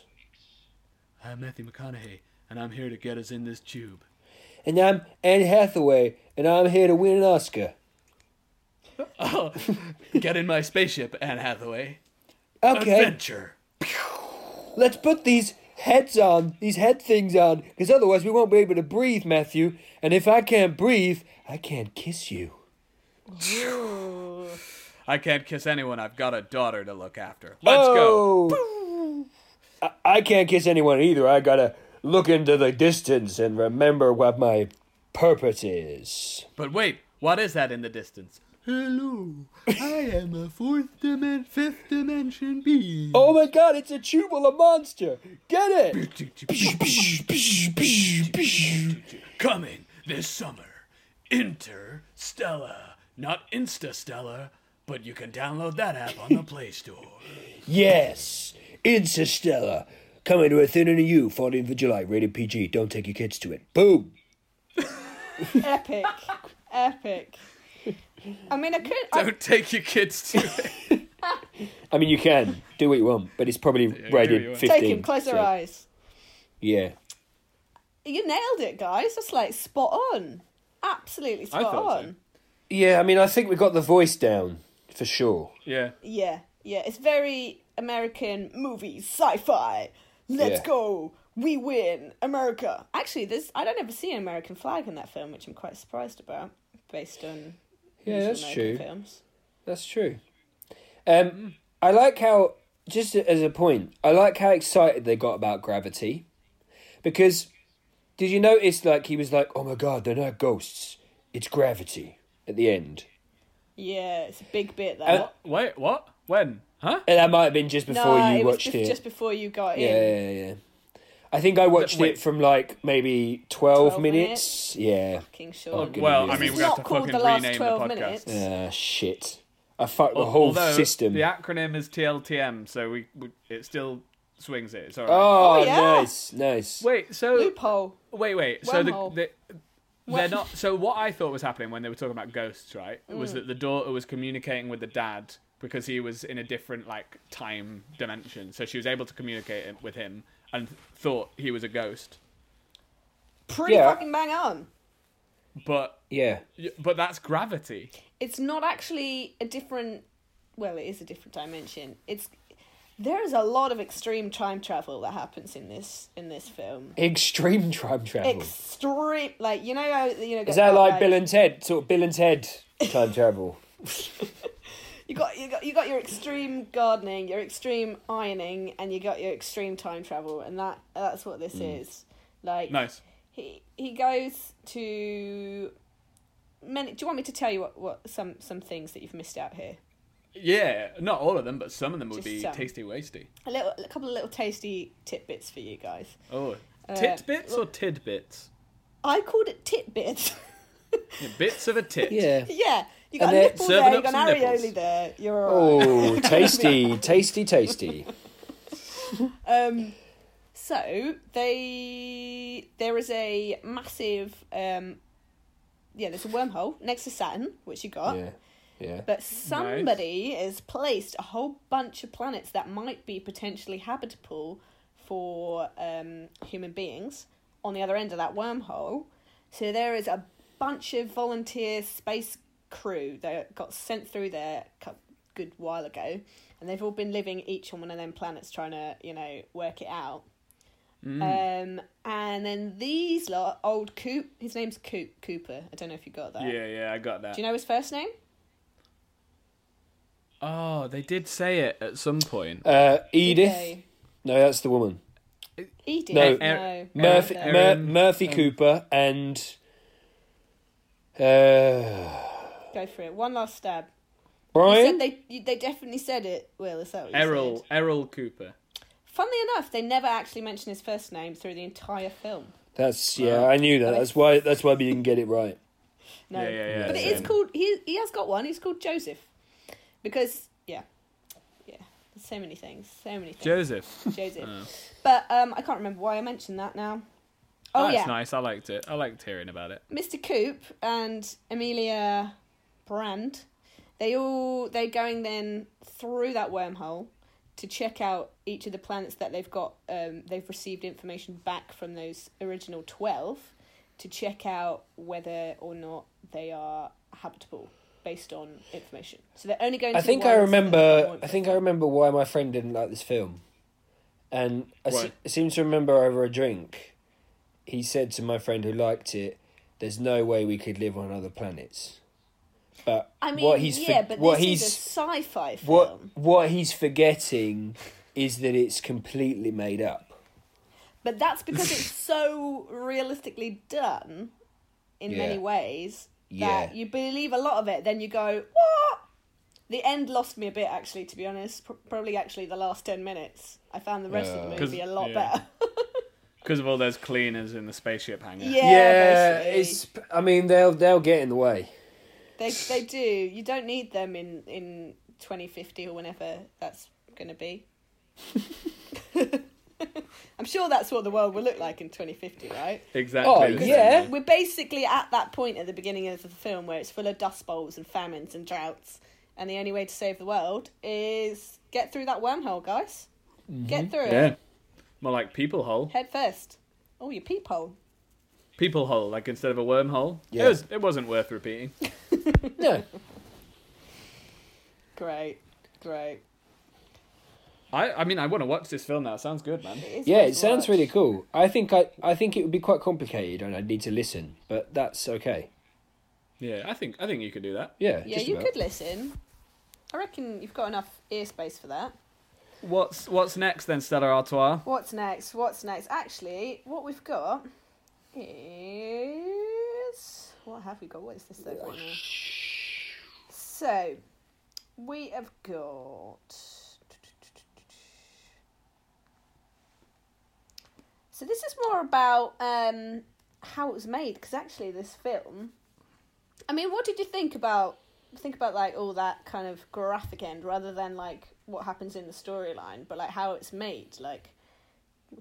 S4: I'm Matthew McConaughey, and I'm here to get us in this tube.
S2: And I'm Anne Hathaway, and I'm here to win an Oscar.
S4: Get in my spaceship, Anne Hathaway.
S2: Okay,
S4: Adventure.
S2: let's put these heads on, these head things on, because otherwise we won't be able to breathe, Matthew. And if I can't breathe, I can't kiss you.
S1: Ooh.
S3: I can't kiss anyone. I've got a daughter to look after.
S2: Let's
S3: Let's
S1: Oh.
S2: go.
S3: go.
S2: Oh. I, I can't kiss anyone either. I gotta look into the distance and remember what my purpose is.
S3: But wait, what is that in the distance? Hello, I am a fourth dimension, fifth dimension being.
S2: Oh my god, it's a Chubula monster! Get it!
S4: Coming this summer, Interstellar. Not Instastellar, but you can download that app on the Play Store.
S2: Yes! Interstellar! Coming to a thin and a you, 14th of July, rated PG. Don't take your kids to it. Boom!
S1: epic, epic. I mean, I could. I,
S3: Don't take your kids to it.
S2: I mean, you can do what you want, but it's probably
S3: do what you
S2: rated
S3: want.
S2: 15.
S1: take him. Close your
S2: so,
S1: eyes.
S2: Yeah.
S1: You nailed it, guys. That's like spot on. Absolutely spot
S3: thought so.
S1: on.
S2: Yeah, I mean, I think we got the voice down, for sure.
S3: yeah.
S1: Yeah, yeah. It's very American movie sci-fi. Let's
S2: Yeah.
S1: go. We win, America. Actually, there's I don't ever see an American flag in that film, which I'm quite surprised about, based on
S2: Yeah,
S1: usual
S2: that's
S1: American
S2: true.
S1: films.
S2: That's true. Um, I like how, just as a point, I like how excited they got about gravity, because did you notice? Like he was like, "Oh my god, they're not ghosts. It's gravity." At the end,
S1: Yeah, it's a big bit that.
S2: Uh,
S3: Wait, what? When? Huh?
S2: and that might have been just before
S1: no,
S2: you
S1: it was
S2: watched
S1: just,
S2: it.
S1: just before you got
S2: yeah,
S1: in.
S2: yeah, yeah. I think I watched
S3: Wait.
S2: it from like maybe twelve,
S1: 12
S2: minutes. Yeah.
S1: Fucking sure.
S2: good.
S3: Well, I
S2: This
S3: mean,
S1: is
S3: Oh, we have
S1: not
S3: to
S1: called
S3: fucking
S1: The Last
S3: rename the
S1: 12
S3: podcast.
S1: Minutes.
S2: Ah, shit. I fucked the whole
S3: Although,
S2: system.
S3: The acronym is TLTM, so we, we it still swings it. It's alright.
S2: Oh,
S1: Oh, yeah.
S2: nice, nice.
S3: Wait, so
S1: Loophole.
S3: wait, wait. So the,
S1: Wormhole.
S3: the they're not. So what I thought was happening when they were talking about ghosts, right, was
S1: Mm.
S3: that the daughter was communicating with the dad because he was in a different like time dimension, so she was able to communicate it- with him and thought he was a ghost.
S1: Pretty
S2: Yeah.
S1: fucking bang on.
S3: But
S2: Yeah.
S3: but that's gravity.
S1: it's not actually a different well it is a different dimension it's there is a lot of extreme time travel that happens in this in this film
S2: Extreme time travel.
S1: extreme like you know how you know
S2: Hmm. Is that like Bill and Ted? Sort of Bill and Ted time travel.
S1: you got you got you got your extreme gardening your extreme ironing and you got your extreme time travel and that that's what this is like
S3: Nice.
S1: he he goes to many do you want me to tell you what what some some things that you've missed out here
S3: Yeah, not all of them, but some of them would
S1: Just
S3: be
S1: some.
S3: tasty wasty.
S1: a little a couple of little tasty tidbits for you guys
S3: Oh,
S1: Uh,
S3: titbits or tidbits?
S1: I called it titbits.
S3: Yeah, bits of a tit.
S1: yeah, you got
S2: And
S1: a
S2: they're
S1: nipple
S3: serving
S1: there, you
S3: up
S1: got
S3: some
S1: an areoli
S3: nipples.
S1: there. You're all right.
S2: Oh, tasty, tasty, tasty.
S1: Um, so they there is a massive um, yeah, there's a wormhole next to Saturn, which you got.
S2: Yeah, yeah.
S1: But somebody has placed a whole bunch of planets that might be potentially habitable for um, human beings on the other end of that wormhole. So there is a bunch of volunteer space crew that got sent through there a cou- good while ago, and they've all been living each on one of them planets trying to, you know, work it out. Um, and then these lot, old Coop, his name's Coop Cooper. I don't know if you got that.
S3: Yeah, yeah, I got that.
S1: Do you know his first name?
S3: Oh, they did say it at some point.
S2: Uh, Edith.
S1: Okay.
S2: No, that's the woman.
S1: Edith.
S2: No.
S1: No.
S3: Er-
S2: Murphy,
S1: no.
S3: Erin-
S2: Mur- Murphy Cooper and uh,
S1: Go for it. One last stab. You
S2: Brian.
S1: said they you- they definitely said it. Will is that what you
S3: Errol
S1: said?
S3: Errol Cooper.
S1: Funnily enough, they never actually mention his first name through the entire film.
S2: That's yeah.
S3: Uh,
S2: I knew that. That's why. That's why we didn't get it right.
S1: No.
S3: Yeah, yeah, yeah,
S1: But it
S3: same.
S1: is called. He he has got one. He's called Joseph, because yeah, yeah. There's so many things. So many things.
S3: Joseph.
S1: Joseph.
S3: Oh.
S1: But um, I can't remember why I mentioned that now.
S3: Oh,
S1: Oh
S3: That's
S1: yeah,
S3: nice. I liked it. I liked hearing about it.
S1: Mr. Coop and Amelia Brand, they all they're going then through that wormhole to check out each of the planets that they've got. Um, they've received information back from those original twelve to check out whether or not they are habitable based on information. So they're only going.
S2: I
S1: to
S2: think
S1: the
S2: I
S1: ones that they
S2: remember.
S1: want.
S2: I think I remember why my friend didn't like this film, and I, se-
S3: Why?
S2: I seem to remember over a drink, he said to my friend who liked it, "There's no way we could live on other planets," Uh,
S1: I mean,
S2: what he's for-
S1: yeah, but
S2: what
S1: this
S2: he's
S1: is a sci-fi film.
S2: what what he's forgetting is that it's completely made up.
S1: But that's because it's so realistically done in
S2: Yeah.
S1: many ways that
S2: Yeah.
S1: you believe a lot of it, then you go, what? The end lost me a bit, actually, to be honest. Pr- probably actually the last 10 minutes. I found the rest of
S2: Yeah.
S1: the
S3: 'Cause-
S1: movie a lot
S3: yeah.
S1: better.
S3: because of all those cleaners in the spaceship hangar.
S1: yeah, basically.
S2: it's. I mean, they'll they'll get in the way.
S1: They, they do. You don't need them in, in 2050 or whenever that's going to be. I'm sure that's what the world will look like in 2050, right?
S3: exactly.
S2: Oh,
S3: the same.
S2: yeah.
S1: We're basically at that point at the beginning of the film where it's full of dust bowls and famines and droughts, and the only way to save the world is get through that wormhole, guys.
S2: Mm-hmm.
S1: Get through
S3: Yeah.
S1: it
S3: More like people hole.
S1: head first. Oh, your peephole.
S3: People hole, like instead of a wormhole.
S2: Yeah.
S3: It, was, it wasn't worth repeating.
S2: No.
S1: Great, great.
S3: I, I mean, I want to watch this film now. Sounds good, man.
S1: It is
S2: Yeah,
S1: worth a
S2: it sounds
S1: watch.
S2: really cool. I think I I think it would be quite complicated, and I'd need to listen. But that's okay.
S3: Yeah, I think I think you could do that.
S2: Yeah.
S1: Yeah,
S2: just
S1: you
S2: about.
S1: could listen. I reckon you've got enough ear space for that.
S3: What's What's next then, Stella Artois?
S1: What's next? What's next? Actually, what we've got is what have we got? What is this thing right now? So we have got So this is more about um how it was made because actually this film I mean what did you think about think about like all that kind of graphic end rather than like what happens in the storyline but like how it's made like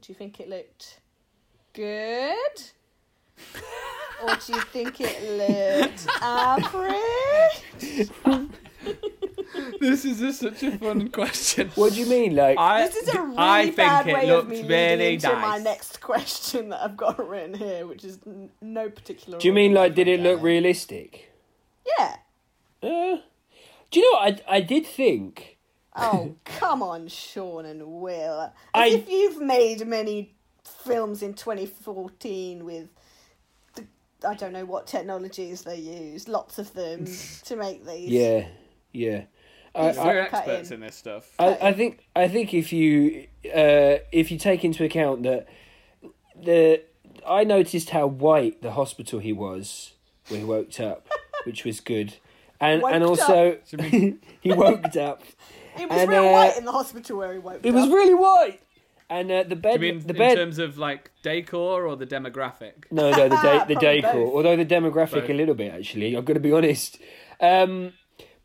S1: do you think it looked good or do you think it looked average
S3: This is just such a fun question.
S2: What do you mean? Like,
S3: I,
S1: this is a really
S3: I think
S1: bad
S3: it
S1: way
S3: looked
S1: of me leading
S3: really
S1: into my
S3: nice.
S1: next question that I've got written here, which is n- no particular.
S2: do you mean
S1: order.
S2: like did it look realistic?
S1: Yeah.
S2: Uh, do you know? What? I I did think.
S1: Oh come on, Sean and Will. As
S2: I-
S1: if you've made many films in 2014 with. the- I don't know what technologies they used. Lots of them to make these.
S2: Yeah. Yeah. I,
S1: He's
S2: I,
S3: We're
S1: cut
S3: experts
S1: in.
S3: in this stuff.
S2: I, I think I think if you uh, if you take into account that the I noticed how white the hospital he was when he woke up, which was good, and and
S1: Woked
S2: also he woke up.
S1: It was
S2: And,
S1: real
S2: uh,
S1: white in the hospital where he woke
S2: It
S1: up.
S2: was really white, and uh, the bed
S3: I mean,
S2: the
S3: in
S2: bed.
S3: terms of like decor or the demographic.
S2: No, no, the day the
S1: Probably
S2: decor.
S1: both.
S2: Although the demographic
S3: Both.
S2: a little bit actually, I've got to be honest. Um,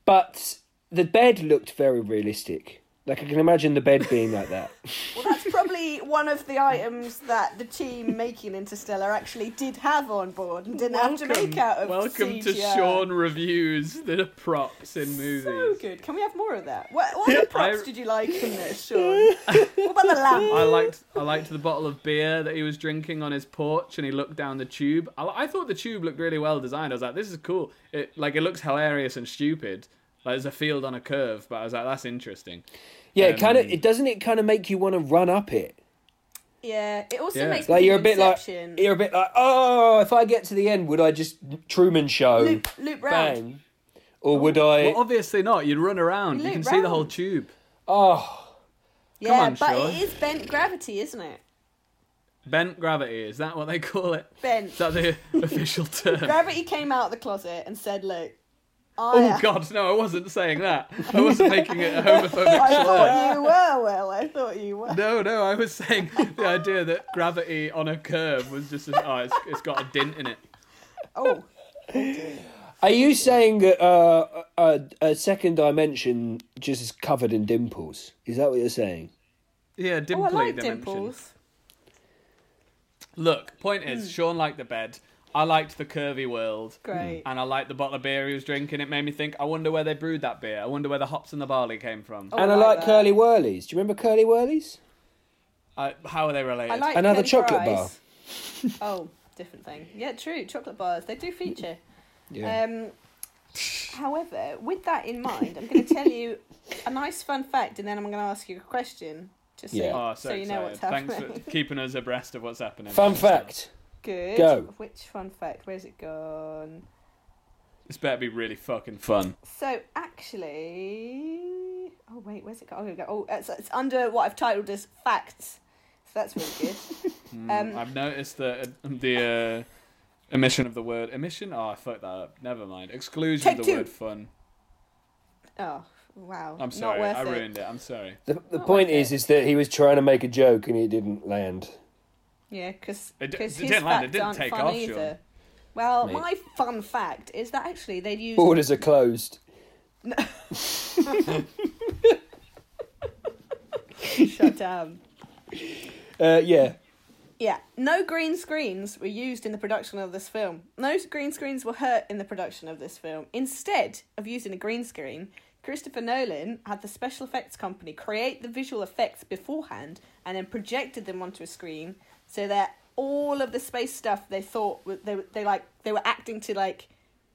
S2: but the bed looked very realistic. Like I can imagine the bed being like that.
S1: Well, that's probably one of the items that the team making Interstellar actually did have on board and didn't have to make out of
S3: welcome to
S1: CGI.
S3: Sean reviews the props in movies.
S1: So good. Can we have more of that? What, what other props
S3: I-
S1: did you like in this, Sean? what about the lamp?
S3: I liked I liked the bottle of beer that he was drinking on his porch, and he looked down the tube. I, I thought the tube looked really well designed. I was like, this is cool. It like it looks hilarious and stupid. Like there's a field on a curve, but I was like, that's interesting.
S2: Yeah, it kind of.
S3: Um,
S2: It doesn't. It kind of make you want to run up it.
S1: Yeah, it also
S3: Yeah.
S1: makes me
S2: Like you're a
S1: think
S2: bit like
S1: Inception.
S2: you're a bit like. Oh, if I get to the end, would I just Truman Show?
S1: loop, loop round.
S2: bang. Or would I?
S3: Well, obviously not. You'd run around.
S1: You
S3: You,
S1: look
S3: can see the whole
S1: round.
S3: tube.
S2: oh,
S1: Yeah,
S3: on,
S1: but
S3: Sean.
S1: it is bent gravity, isn't it?
S3: Bent gravity is that what they call it?
S1: Bent.
S3: Is that the official term?
S1: Gravity came out of the closet and said, "Look, I,
S3: Oh God, no! I wasn't saying that. I wasn't making it a homophobic
S1: I
S3: slur.
S1: thought you were. Will. I thought you were."
S3: No, no, I was saying the idea that gravity on a curve was just, oh, it's, it's got a dint in it.
S1: Oh,
S2: are you saying that uh, a, a second dimension just is covered in dimples? Is that what you're saying?
S3: Yeah, dimply
S1: oh, I like
S3: dimension.
S1: dimples.
S3: Look, point is, Sean liked the bed. I liked the curvy world.
S1: Hmm. Great.
S3: Hmm. And I liked the bottle of beer he was drinking. It made me think, I wonder where they brewed that beer. I wonder where the hops and the barley came from.
S1: Oh,
S2: and
S1: I
S2: I
S1: like
S2: like,
S1: that.
S2: curly whirlies. Do you remember curly whirlies?
S3: I, how are they related?
S1: I like
S2: Another
S1: curly
S2: chocolate
S1: fries. oh, different thing. Yeah, true. Chocolate bars they do feature. Um, however, with that in mind, I'm going to tell you a nice fun fact, and then I'm going to ask you a question, just so,
S2: Yeah.
S1: you-
S3: oh,
S1: so,
S3: so,
S1: you know what's
S3: excited.
S1: happening.
S3: Thanks for keeping us abreast of what's
S1: Um,
S3: happening.
S2: Fun fact.
S1: Good.
S2: Go.
S1: Which fun fact? Where's it gone?
S3: This better be really fucking fun.
S1: So actually, oh wait, where's it? go- Oh, here we go. Oh, it's, it's under what I've titled as facts. So that's really good. Um,
S3: Mm, I've noticed that uh, the uh, omission of the word emission. Oh, I fucked that up. Never mind. Exclusion
S1: Take
S3: of the
S1: two.
S3: word fun.
S1: oh wow,
S3: I'm sorry.
S1: Not worth
S3: I
S1: it.
S3: ruined it. I'm sorry.
S2: The, the
S1: Not
S2: point
S1: worth
S2: is,
S1: it.
S2: is that he was trying to make a joke and it didn't land.
S1: Yeah, because
S3: It d-
S1: his
S3: it didn't land, it
S1: facts
S3: didn't
S1: aren't
S3: take
S1: fun
S3: off,
S1: either.
S3: Sean.
S1: Well,
S2: Mate.
S1: my fun fact is that actually they use
S2: Borders are closed.
S1: shut down.
S2: Uh, yeah.
S1: Yeah, no green screens were used in the production of this film. No green screens were hurt in the production of this film. Instead of using a green screen, Christopher Nolan had the special effects company create the visual effects beforehand and then projected them onto a screen so that all of the space stuff they thought wa- they were- they like they were acting to like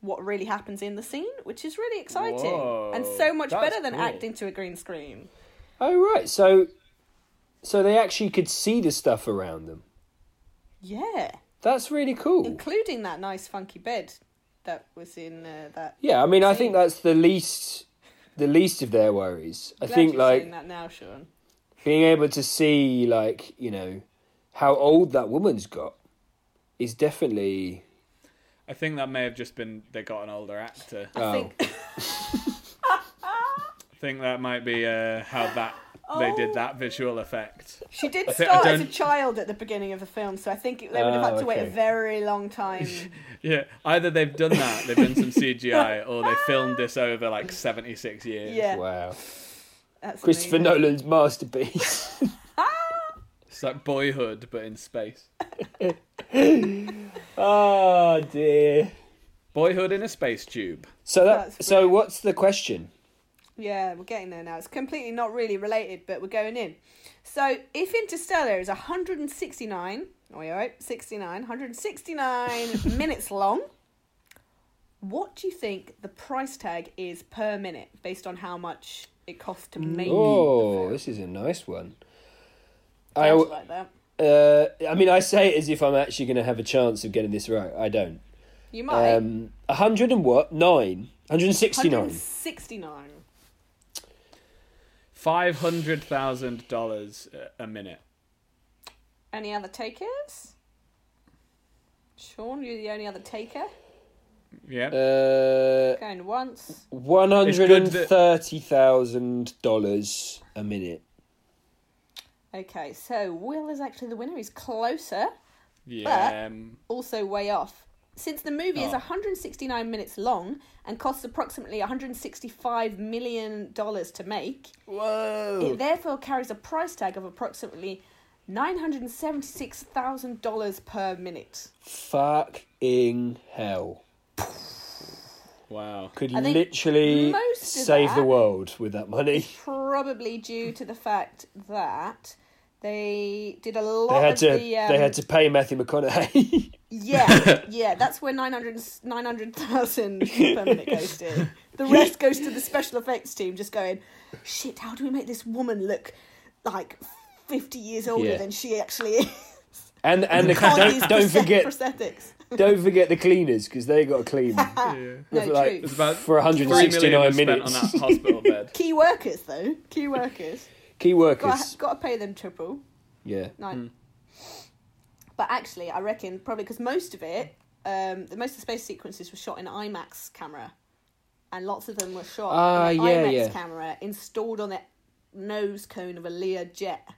S1: what really happens in the scene, which is really exciting and
S3: Whoa,
S1: so much
S3: that's
S1: better than
S3: cool.
S1: acting to a green screen.
S2: Oh right, so so they actually could see the stuff around them.
S1: Yeah,
S2: That's really cool.
S1: including that nice funky bed that was in uh, that
S2: Yeah, I mean, I
S1: Same.
S2: think that's the least the least of their worries. I
S1: Glad
S2: think
S1: you're
S2: like
S1: saying that now, Sean.
S2: being able to see like you know how old that woman's got is definitely
S3: I think that may have just been they got an older actor.
S1: I
S2: Oh.
S1: think
S3: I think that might be uh, how that they
S1: Oh.
S3: did that visual effect.
S1: she did
S3: think I
S1: start as a
S3: don't-
S1: child at the beginning of the film, so I think they would have
S2: Oh,
S1: had to wait a
S2: okay.
S1: very long time.
S3: Yeah, either they've done that, they've done some CGI, or they filmed this over like 76 years.
S1: yeah,
S2: wow.
S1: that's
S2: Christopher
S1: amazing.
S2: Nolan's masterpiece.
S3: It's like boyhood, but in space.
S2: oh dear.
S3: Boyhood in a space tube.
S2: So that
S1: That's
S2: so what's the question?
S1: Yeah, we're getting there now. It's completely not really related, but we're going in. So, if Interstellar is 169, oh, yeah, right, 69, 169 minutes long, what do you think the price tag is per minute based on how much it costs to make? the
S2: Oh,
S1: film?
S2: this is a nice one. I,
S1: Sounds
S2: uh,
S1: like that.
S2: I mean, I say it as if I'm actually going to have a chance of getting this right. I don't.
S1: You might.
S2: Um, 100 and what? Nine. 169.
S1: 169.
S3: $500,000 a minute.
S1: Any other takers? Sean, you're the only other taker.
S3: Yeah.
S2: Uh,
S1: Going once.
S2: $130,000 a minute.
S1: Okay, so Will is actually the winner. He's closer,
S3: yeah. um,
S1: also way off. Since the movie is
S3: Oh.
S1: 169 minutes long and costs approximately 165 million dollars to make,
S2: Whoa.
S1: it therefore carries a price tag of approximately 976 thousand dollars per minute.
S2: Fucking hell.
S3: wow.
S2: Could
S1: I think
S2: literally
S1: most of
S2: save the
S1: that-
S2: world with that money.
S1: probably due to the fact that they did a lot
S2: They had
S1: of
S2: to
S1: the um,
S2: they had to pay Matthew McConaughey.
S1: yeah yeah that's where 900 900,000 per minute goes to the rest goes to the special effects team just going shit how do we make this woman look like 50 years older
S2: Yeah.
S1: than she actually is
S2: and and the,
S1: Can't use
S2: don't, don't
S1: prosthet-
S2: forget
S1: prosthetics
S2: don't forget the cleaners because they got to clean
S1: Ah.
S3: Yeah.
S1: no
S2: like-
S1: true
S3: It's about
S2: for
S3: three million
S2: 169
S3: was spent
S2: minutes.
S3: on that hospital bed.
S1: key workers though key workers
S2: Key
S1: got
S2: workers.
S1: got to pay them triple
S2: Yeah.
S1: Nine. But actually, I reckon probably because most of it, um, the most of the space sequences were shot in IMAX camera, and lots of them were shot
S2: Ah,
S1: in an
S2: yeah,
S1: IMAX
S2: yeah.
S1: camera installed on the nose cone of a Lear jet.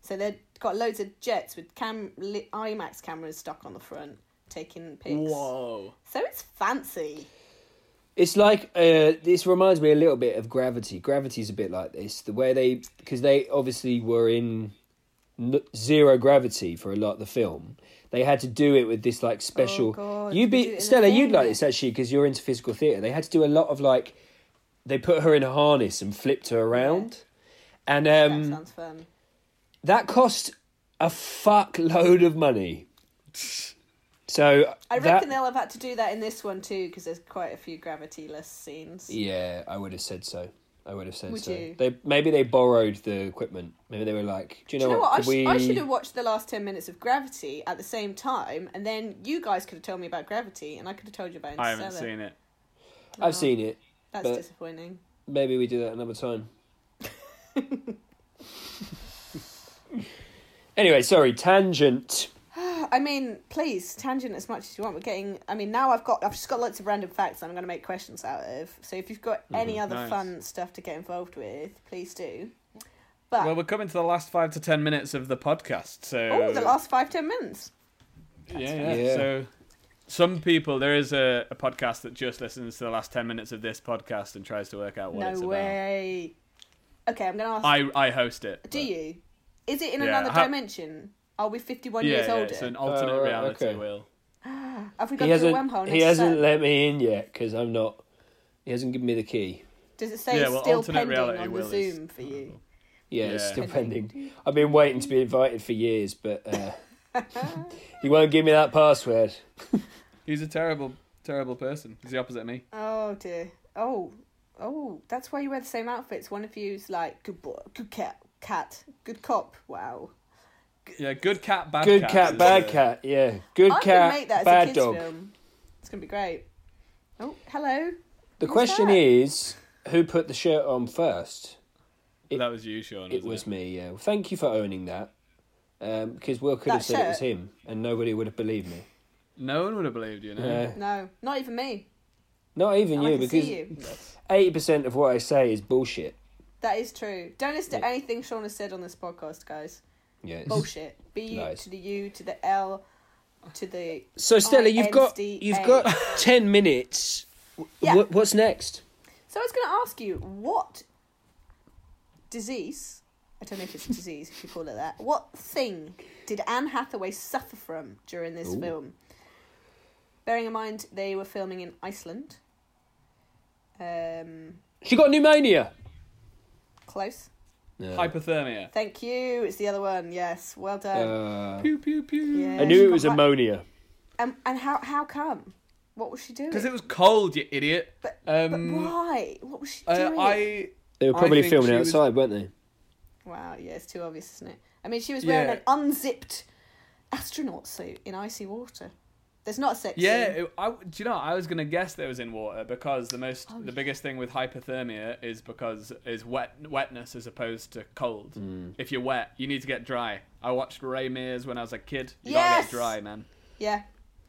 S1: So they've got loads of jets with cam li- IMAX cameras stuck on the front taking pics.
S3: Whoa.
S1: So it's fancy.
S2: It's like uh, this reminds me a little bit of Gravity. Gravity's a bit like this, the way they because they obviously were in n- zero gravity for a lot of the film. They had to do it with this like special.
S1: Oh, God,
S2: you'd
S1: they do it in
S2: be
S1: the
S2: Stella. You'd
S1: thing.
S2: like this actually because you're into physical theatre. They had to do a lot of like they put her in a harness and flipped her around, and
S1: That
S2: um,
S1: sounds fun.
S2: that cost a fuckload of money. So
S1: I
S2: that-
S1: reckon they'll have had to do that in this one too because there's quite a few gravity-less scenes.
S2: Yeah, I would have said so. I would have said
S1: Would
S2: so.
S1: you?
S2: They maybe they borrowed the equipment. Maybe they were like, "Do you know,
S1: Do you know what? I,
S2: could
S1: sh-
S2: we...
S1: I should have watched the last 10 minutes of Gravity at the same time, and then you guys could have told me about Gravity, and I could have told you about
S3: I
S1: Interstellar.
S3: haven't seen it.
S2: I've seen it.
S1: That's
S2: but-
S1: disappointing.
S2: Maybe we do that another time. anyway, sorry, tangent.
S1: I mean, please tangent as much as you want. We're getting. I mean, now I've got. I've just got lots of random facts. I'm going to make questions out of. So if you've
S2: Mm-hmm.
S1: got any other
S3: Nice.
S1: fun stuff to get involved with, please do. But
S3: Well, we're coming to the last five to ten minutes of the podcast, so
S1: oh, the last five ten minutes.
S3: yeah, yeah.
S2: Yeah.
S3: So some people, there is a, a podcast that just listens to the last ten minutes of this podcast and tries to work out what it's
S1: no way. Okay, I'm going to ask.
S3: about. I I host it.
S1: do
S3: but-
S1: you? Is it in
S3: Yeah,
S1: another
S3: how-
S1: dimension? Are we 51
S3: Yeah,
S1: years
S3: yeah,
S1: older?
S3: it's an alternate
S2: Oh, right,
S3: reality.
S2: okay.
S3: Will
S1: Have we gone
S2: He
S1: through a
S2: hasn't.
S1: wormhole?
S2: He
S1: next
S2: hasn't
S1: time?
S2: let me in yet because I'm not. He hasn't given me the key.
S1: Does it say
S3: Yeah,
S1: it's
S3: well,
S1: still
S3: alternate
S1: pending
S3: reality,
S1: on the
S3: Will, is-
S1: Zoom for you?
S2: Yeah, it's
S3: Yeah.
S2: still pending. I've been waiting to be invited for years, but uh, he won't give me that password.
S3: he's a terrible, terrible person. He's the opposite of me.
S1: Oh dear. Oh, oh, that's why you wear the same outfits. One of you's like good boy, good cat, cat, good cop. Wow.
S3: Yeah, good cat, bad
S2: Good
S3: cat.
S2: cat,
S3: is
S2: bad
S3: the-
S2: cat. Yeah, good
S1: I'm
S2: cat,
S1: gonna make that as a
S2: bad
S1: kids
S2: dog.
S1: film. It's gonna be great. Oh, hello.
S2: The question
S1: that?
S2: is, who put the shirt on first? It-
S3: that was you, Sean.
S2: It
S3: wasn't
S2: was me. Yeah. Well, thank you for owning that, um, because Will could
S1: That
S2: have said it was
S1: shirt.
S2: him, and nobody would have believed me.
S3: No one would have believed you. No.
S2: Uh,
S1: No, not even me.
S2: not even
S1: And I
S2: you,
S1: can see
S2: because
S1: you.
S2: eighty percent of what I say is bullshit.
S1: That is true. Don't listen to anything Sean has said on this podcast, guys.
S2: Yeah. it's-
S1: Bullshit. B U
S2: Lies.
S1: to the U to the L to the.
S2: So Stella, you've got
S1: INSDA.
S2: you've got ten minutes. W-
S1: Yeah.
S2: What, what's next?
S1: So I was going to ask you what disease. I don't know if it's a disease if you call it that. What thing did Anne Hathaway suffer from during this
S2: Ooh.
S1: film? Bearing in mind they were filming in Iceland. Um,
S2: She got pneumonia.
S1: close.
S2: No.
S3: Hypothermia.
S1: Thank you. It's the other one. Yes. Well done.
S2: Uh,
S3: Pew pew pew.
S1: yeah,
S2: I
S1: she
S2: knew it
S1: got
S2: was
S1: hy-
S2: ammonia.
S1: Um, and how how come? What was she doing?
S3: Because it was cold, you idiot.
S1: But,
S3: Um,
S1: but why? What was she
S3: Uh,
S1: doing?
S3: I
S2: They were
S3: I
S2: probably
S3: think
S2: filming
S3: she was-
S2: outside, weren't they?
S1: Wow, yeah, it's too obvious, isn't it? I mean, she was wearing
S3: Yeah.
S1: an unzipped astronaut suit in icy water. There's not a sex
S3: yeah.
S1: scene.
S3: It, I, do you know? I was gonna guess that it was in water because the most the biggest thing with hypothermia is because is wet wetness as opposed to cold. If you're wet, you need to get dry. I watched Ray Mears when I was a kid. You gotta
S1: Yes!
S3: get dry, man.
S1: Yeah.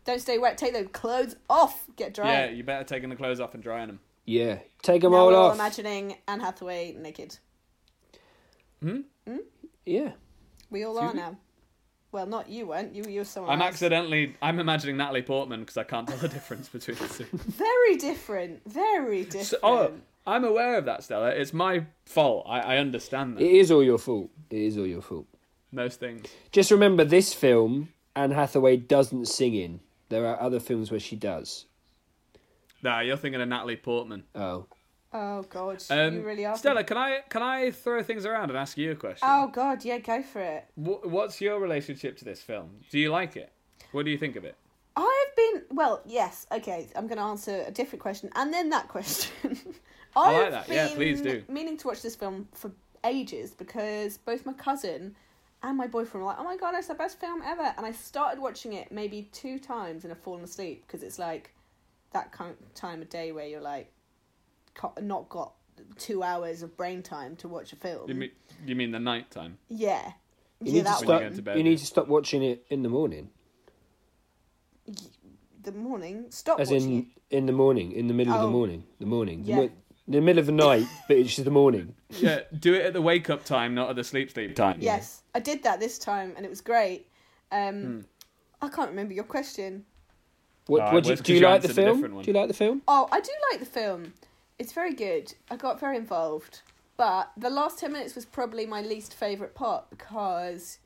S1: Don't stay wet. Take those clothes off. Get dry.
S3: Yeah, you better taking the clothes off and drying them.
S2: Yeah. Take them
S1: now
S2: all
S1: we're all
S2: off.
S1: imagining Anne Hathaway naked.
S2: Yeah.
S1: We all are now. Well, not you weren't. You, you were someone
S3: I'm
S1: else.
S3: accidentally I'm imagining Natalie Portman because I can't tell the difference between the two.
S1: Very different. Very different.
S3: So- oh, I'm aware of that, Stella. It's my fault. I, I understand that.
S2: It is all your fault. It is all your fault.
S3: Most things.
S2: Just remember this film, Anne Hathaway doesn't sing in. There are other films where she does.
S3: Nah, you're thinking of Natalie Portman.
S2: Oh.
S1: Oh, God.
S3: Um,
S1: you really are.
S3: Stella, can I can I throw things around and ask you a question?
S1: Oh, God. Yeah, go for it.
S3: Wh- what's your relationship to this film? Do you like it? What do you think of it?
S1: I've been well, yes, okay. I'm going to answer a different question and then that question.
S3: I like
S1: I've
S3: that. Yeah, please
S1: been
S3: do.
S1: Meaning to watch this film for ages because both my cousin and my boyfriend were like, "Oh my god, it's the best film ever!" And I started watching it maybe two times and I've fallen asleep because it's like that kind of time of day where you're like co- not got two hours of brain time to watch a film.
S3: You mean you mean the night time?
S1: yeah,
S2: You
S1: yeah,
S2: need to
S1: that
S3: When you
S2: stop
S3: go
S1: one.
S3: to
S2: you,
S3: bed, yeah.
S2: need to stop watching it in the morning.
S1: The morning. Stop
S2: As
S1: watching. it.
S2: in in the morning, in the middle of the
S1: Oh.
S2: morning. The morning. The,
S1: Yeah.
S2: mo- the middle of the night, but it's just the morning.
S3: Yeah, do it at the wake up time, not at the sleep sleep time.
S1: Yes, I did that this time, and it was great. Um, I can't remember your question.
S2: What,
S3: No, I
S2: what do, you,
S3: was, 'cause
S2: do you
S3: you
S2: like the
S3: answered a
S2: film?
S3: different one.
S2: Do you like the film?
S1: Oh, I do like the film. It's very good. I got very involved, but the last ten minutes was probably my least favorite part because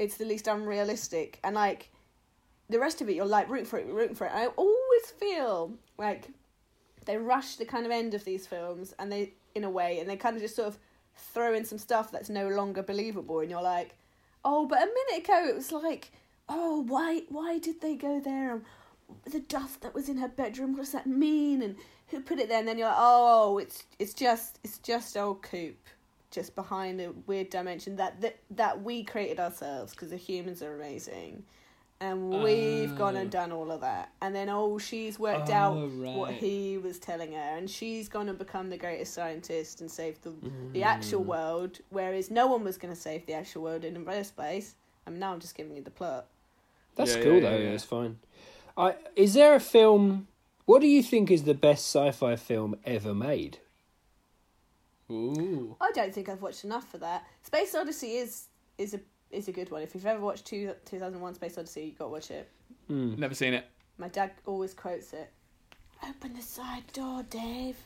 S1: it's the least unrealistic, and like the rest of it, you're like rooting for it, rooting for it. I always feel like they rush the kind of end of these films, and they in a way, and they kind of just sort of throw in some stuff that's no longer believable, and you're like, oh, but a minute ago it was like, oh, why, why did they go there? And the dust that was in her bedroom, what does that mean? And who put it there? And then you're like, oh, it's it's just it's just old coop, just behind a weird dimension that that, that we created ourselves because the humans are amazing and we've gone
S3: Oh.
S1: and done all of that. And then, oh, she's worked
S3: Oh,
S1: out what
S3: right.
S1: he was telling her, and she's gone and become the greatest scientist and save the, the
S3: Mm.
S1: actual world, whereas no one was going to save the actual world in the first place. I mean, now I'm just giving you the plot.
S2: That's
S3: Yeah,
S2: cool
S3: yeah,
S2: though.
S3: yeah, yeah.
S2: It's fine. I is there a film? What do you think is the best sci-fi film ever made?
S3: Ooh.
S1: I don't think I've watched enough for that. Space Odyssey is is a is a good one. If you've ever watched two, 2001 Space Odyssey, you've got to watch it.
S3: Never seen it.
S1: My dad always quotes it. Open the side door, Dave.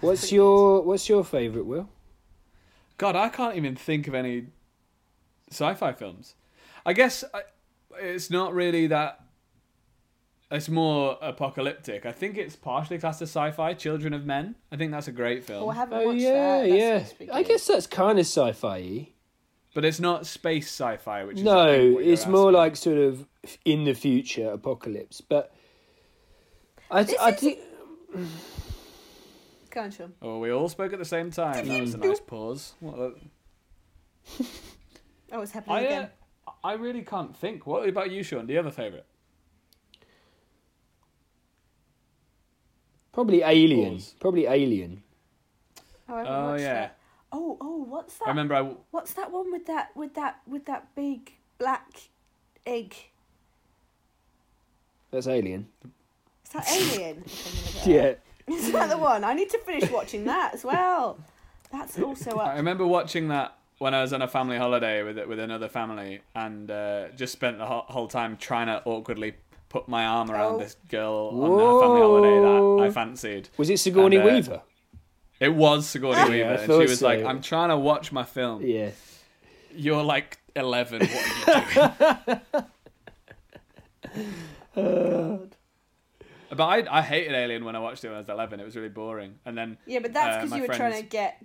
S2: What's
S1: pretty
S2: your What's your favorite? Will
S3: God, I can't even think of any sci-fi films. I guess I, it's not really that. It's more apocalyptic. I think it's partially classed as sci-fi. Children of Men. I think that's a great film,
S1: Oh, I haven't
S2: Oh
S1: watched
S2: yeah,
S1: that. That's
S2: yeah.
S1: supposed to be
S2: I
S1: good.
S2: guess that's kind of sci-fi.
S3: but it's not space sci-fi, which is I think,
S2: No,
S3: what you're
S2: it's more
S3: asking.
S2: like sort of in the future apocalypse. But I,
S1: This
S2: I
S1: is-
S2: think
S1: Go on, Sean.
S3: Oh, we all spoke at the same time. That was a nice pause. What a-
S1: Oh, it's happening
S3: I, uh,
S1: again.
S3: I really can't think. What about you, Sean? Do you have a favourite?
S2: probably Alien.
S3: Pause.
S2: Probably Alien.
S1: Oh, I haven't
S3: Oh
S1: watched
S3: yeah,
S1: that. Oh, oh, what's that?
S3: I remember. I w-
S1: What's that one with that with that with that big black egg?
S2: That's Alien. Uh,
S1: Is that Alien?
S2: Yeah.
S1: Is that the one? I need to finish watching that as well. That's also
S3: I
S1: up.
S3: remember watching that when I was on a family holiday with with another family, and uh, just spent the whole, whole time trying to awkwardly put my arm around
S1: Oh.
S3: this girl on her family
S2: Whoa.
S3: holiday that I fancied.
S2: Was it Sigourney
S3: And, uh,
S2: Weaver?
S3: It was Sigourney Weaver,
S2: I
S3: and she
S2: thought
S3: was like,
S2: so.
S3: "I'm trying to watch my film.
S2: Yeah.
S3: You're like 11. What are you doing?" Uh, But I, I hated Alien when I watched it when I was 11. It was really boring. And then
S1: Yeah, but
S3: uh,
S1: that's because
S3: my
S1: you were trying
S3: friends-
S1: to get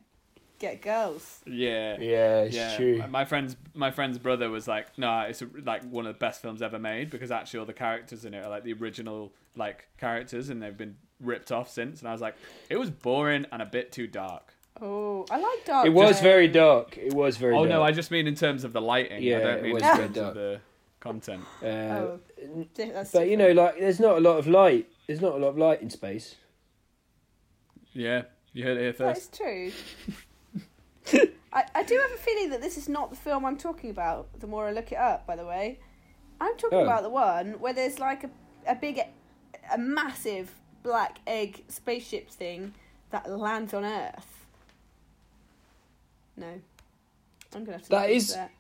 S1: get girls.
S3: Yeah.
S2: Yeah, it's
S3: Yeah,
S2: true.
S3: my- my friend's my friend's brother was like, "No, it's a, like one of the best films ever made because actually all the characters in it are like the original like characters, and they've been ripped off since." And I was like, "It was boring and a bit too dark."
S1: Oh, I like dark.
S2: It was
S1: though.
S2: very dark. It was very
S3: oh
S2: dark.
S3: no, I just mean in terms of the lighting.
S2: Yeah,
S3: I
S2: it
S3: don't mean in
S2: was
S1: a bit
S3: terms
S2: dark.
S3: of the content.
S2: Uh,
S1: Oh, di- that's
S2: but you know, like, there's not a lot of light. There's not a lot of light in space.
S3: Yeah, you heard it here
S1: That is
S3: first.
S1: true. I, I do have a feeling that this is not the film I'm talking about, the more I look it up, by the way. I'm talking
S2: Oh.
S1: about the one where there's like a, a big, e, a massive black egg spaceship thing that lands on Earth. No. I'm going to have to.
S2: That
S1: look into
S2: is-
S1: That.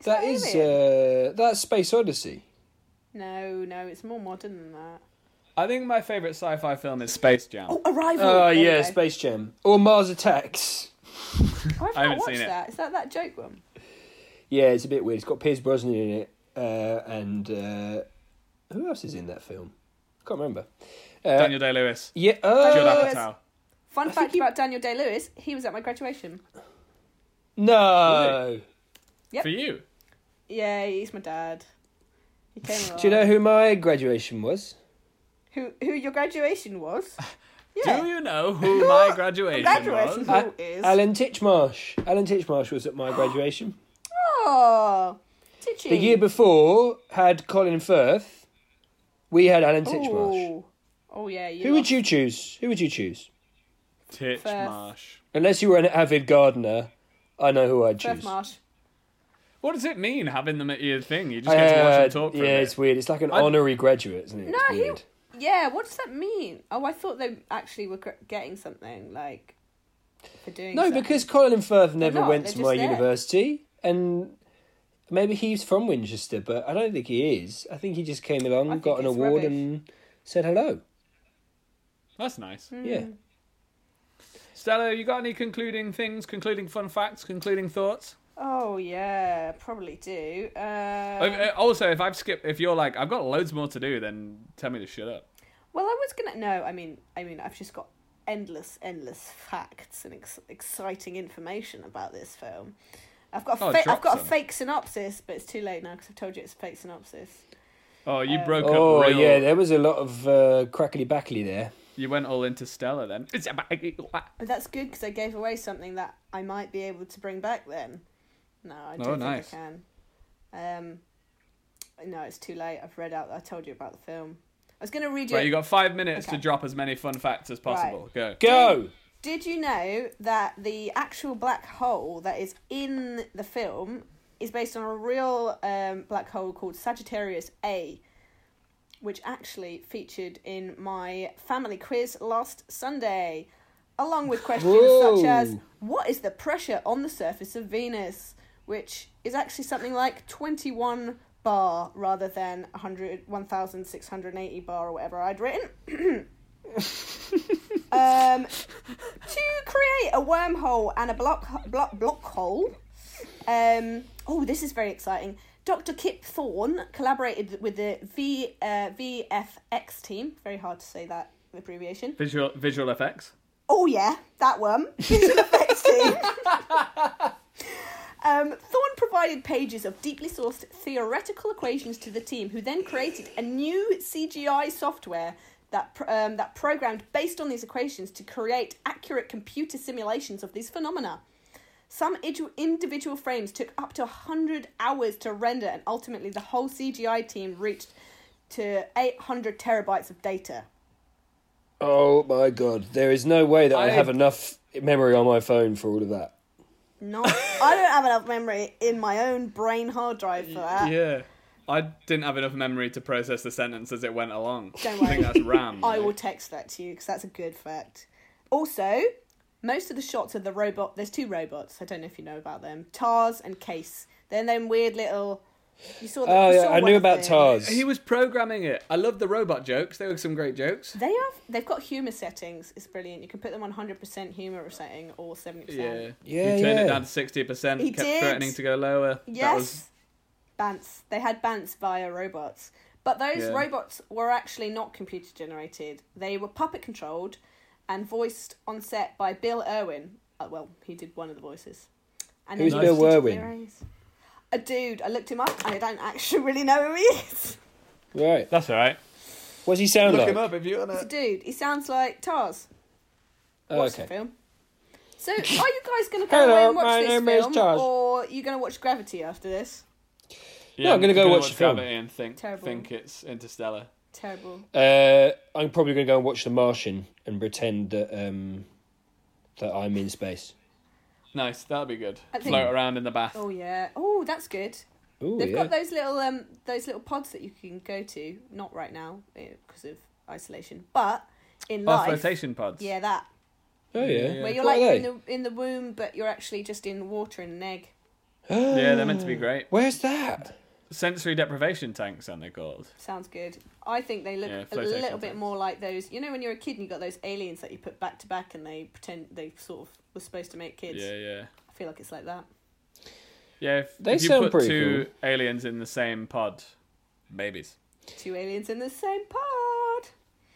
S1: Is
S2: that
S1: that
S2: is uh, that's Space Odyssey.
S1: No, no, it's more modern than that.
S3: I think my favorite sci-fi film is Space Jam.
S1: Oh, Arrival!
S2: Oh
S1: There we go.
S2: yeah, Space Jam or Mars Attacks.
S1: Oh, I've
S3: I
S1: not
S3: haven't
S1: watched
S3: seen it.
S1: that. Is that that joke one?
S2: Yeah, it's a bit weird. It's got Piers Brosnan in it, uh, and uh, who else is in that film? Can't remember. Uh,
S3: Daniel Day Lewis,
S2: Yeah.
S3: Judd
S2: Uh,
S1: Lewis.
S3: Apatow.
S1: Fun
S2: think
S1: fact
S2: he-
S1: about Daniel Day Lewis: he was at my graduation.
S2: no.
S1: Yep.
S3: For you,
S1: Yeah, he's my dad. He came along.
S2: Do you know who my graduation was?
S1: who who your graduation was?
S3: do
S1: Yeah,
S3: you know who my graduation,
S1: graduation
S3: was?
S1: Who
S2: A-
S1: is?
S2: Alan Titchmarsh. Alan Titchmarsh was at my graduation.
S1: oh, did you?
S2: the year before had Colin Firth. We had Alan Titchmarsh.
S1: Oh, oh yeah. You
S2: Who would you choose? Who would you choose?
S3: Titchmarsh.
S2: Unless you were an avid gardener, I know who I'd choose.
S1: Firth Marsh.
S3: What does it mean having them at your thing? You
S2: I
S3: just get to
S1: Uh,
S3: watch
S2: had-
S3: them talk for
S2: yeah,
S3: a bit.
S2: it's weird. It's like an
S3: I'd-
S2: honorary graduate, isn't it?
S1: No,
S2: It's
S1: he-
S2: weird.
S1: Yeah, what does that mean? Oh, I thought they actually were gr- getting something like for doing.
S2: No,
S1: something.
S2: because Colin Firth never
S1: not,
S2: went
S1: they're
S2: to my
S1: just there.
S2: university, and maybe he's from Winchester, but I don't think he is. I think he just came
S1: I
S2: along,
S1: think
S2: got an
S1: it's
S2: award,
S1: rubbish.
S2: and said hello.
S3: That's nice.
S1: Hmm.
S2: Yeah.
S3: Stella, you got any concluding things, concluding fun facts, concluding thoughts?
S1: Oh yeah, probably do.
S3: Oh,
S1: Um,
S3: uh, also, if I've skipped, if you're like, I've got loads more to do, then tell me to shut up.
S1: Well, I was gonna. No, I mean, I mean, I've just got endless, endless facts and ex- exciting information about this film. I've got a
S3: Oh,
S1: fa-
S3: drop
S1: I've got a
S3: some.
S1: fake synopsis, but it's too late now because I've told you it's a fake synopsis.
S3: Oh, you
S1: Uh,
S3: broke
S2: Oh
S3: up real.
S2: yeah, there was a lot of uh, crackly backly there.
S3: You went all into Stella then.
S1: But that's good because I gave away something that I might be able to bring back then. No, I don't
S3: Oh,
S1: think
S3: nice.
S1: I can. Um, No, it's too late. I've read out. I told you about the film. I was going to read you.
S3: Right, you got five minutes
S1: Okay.
S3: to drop as many fun facts as possible. Go.
S2: Go.
S1: Did you know that the actual black hole that is in the film is based on a real um, black hole called Sagittarius A, which actually featured in my family quiz last Sunday, along with questions such as
S2: Whoa.
S1: what is the pressure on the surface of Venus, which is actually something like 21 bar rather than 100, 1680 bar or whatever I'd written. um, to create a wormhole and a block block block hole. Um, oh, this is very exciting. Dr. Kip Thorne collaborated with the v, uh, VFX team. Very hard to say that abbreviation.
S3: Visual visual effects.
S1: Oh yeah, that one. Visual effects team. Um, Thorne provided pages of deeply sourced theoretical equations to the team, who then created a new CGI software that pr- um, that programmed based on these equations to create accurate computer simulations of these phenomena. Some idu- individual frames took up to 100 hours to render, and ultimately the whole CGI team reached to 800 terabytes of data.
S2: Oh my god, there is no way that I,
S3: I-
S2: have enough memory on my phone for all of that.
S1: No, I don't have enough memory in my own brain hard drive for that.
S3: Yeah. I didn't have enough memory to process the sentence as it went along.
S1: Don't
S3: I
S1: worry.
S3: think that's RAM.
S1: I
S3: right?
S1: will text that to you because that's a good fact. Also, most of the shots of the robot. There's two robots. I don't know if you know about them. Tars and Case. They're them weird little. You saw. The,
S2: Oh
S1: you
S2: yeah,
S1: saw
S2: I
S1: one
S2: knew
S1: of
S2: about
S1: them.
S2: Tars.
S3: He was programming it. I love the robot jokes. They were some great jokes.
S1: They have. They've got humor settings. It's brilliant. You can put them on hundred percent humor setting or seventy
S3: Yeah.
S1: percent.
S2: Yeah,
S3: He turned
S2: yeah.
S3: it down to sixty percent,
S1: He
S3: kept
S1: did.
S3: threatening to go lower. That
S1: Yes.
S3: was
S1: Bants. They had Bants via robots. But those
S3: Yeah.
S1: robots were actually not computer generated. They were puppet controlled and voiced on set by Bill Irwin. Uh, well, he did one of the voices. And
S2: Who's
S1: then
S2: Bill
S1: he did
S2: Irwin?
S1: Raise. A dude. I looked him up and I don't actually really know who he is.
S2: Right.
S3: That's alright.
S2: What's he sound like?
S3: up if you want
S1: He's a dude. He sounds like Tars.
S2: Oh,
S1: Watch the
S2: okay.
S1: film. So, are you guys going to go
S2: Hello,
S1: away and watch
S2: my
S1: this
S2: name is
S1: film?
S2: Tars.
S1: or are you going to watch Gravity after this?
S3: Yeah,
S2: I'm gonna go watch the film.
S3: Gravity And think,
S1: Terrible.
S3: think it's Interstellar.
S1: Terrible.
S2: Uh, I'm probably going to go and watch The Martian and pretend that um, that I'm in space.
S3: Nice, that'll be good.
S1: I think-
S3: Float around in the bath.
S1: Oh, yeah. Oh, that's good.
S2: Ooh,
S1: They've
S2: yeah.
S1: got those little um those little pods that you can go to. Not right now because of isolation, but in
S3: Oh,
S1: life,
S3: flotation pods.
S1: yeah, that
S2: oh yeah.
S3: Yeah.
S1: where you're like
S2: What are
S1: you're
S2: they?
S1: in the in the womb, but you're actually just in water and an egg.
S3: Yeah, they're meant to be great.
S2: Where's that?
S3: Sensory deprivation tanks, aren't they called?
S1: Sounds good. I think they look
S3: Yeah,
S1: a
S3: flotation
S1: little bit
S3: tanks.
S1: more like those. You know, when you're a kid and you got those aliens that you put back to back and they pretend they sort of were supposed to make kids.
S3: Yeah, yeah.
S1: I feel like it's like that.
S3: Yeah, if,
S2: They
S3: if you
S2: sound
S3: put
S2: pretty
S3: two aliens in the same pod, babies.
S1: Two aliens in the same pod.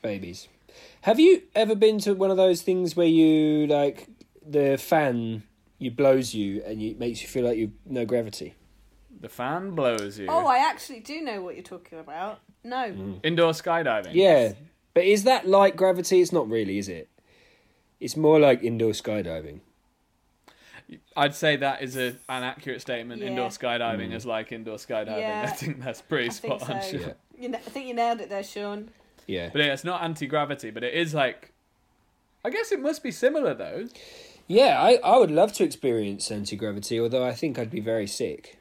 S2: Babies. Have you ever been to one of those things where you like the fan you blows you and you, it makes you feel like you no gravity?
S3: The fan blows you.
S1: Oh, I actually do know what you're talking about. No,
S3: Indoor skydiving.
S2: Yeah, but is that like gravity? It's not really, is it? It's more like indoor skydiving.
S3: I'd say that is a, an accurate statement.
S1: Yeah.
S3: Indoor skydiving is like indoor skydiving.
S1: Yeah.
S3: I think that's pretty
S1: I think
S3: spot
S1: so.
S3: on. Sean.
S2: Yeah.
S1: You kn- I think you nailed it there, Sean.
S2: Yeah,
S3: But yeah, it's not anti gravity, but it is like. I guess it must be similar though.
S2: yeah. I, I would love to experience anti gravity, although I think I'd be very sick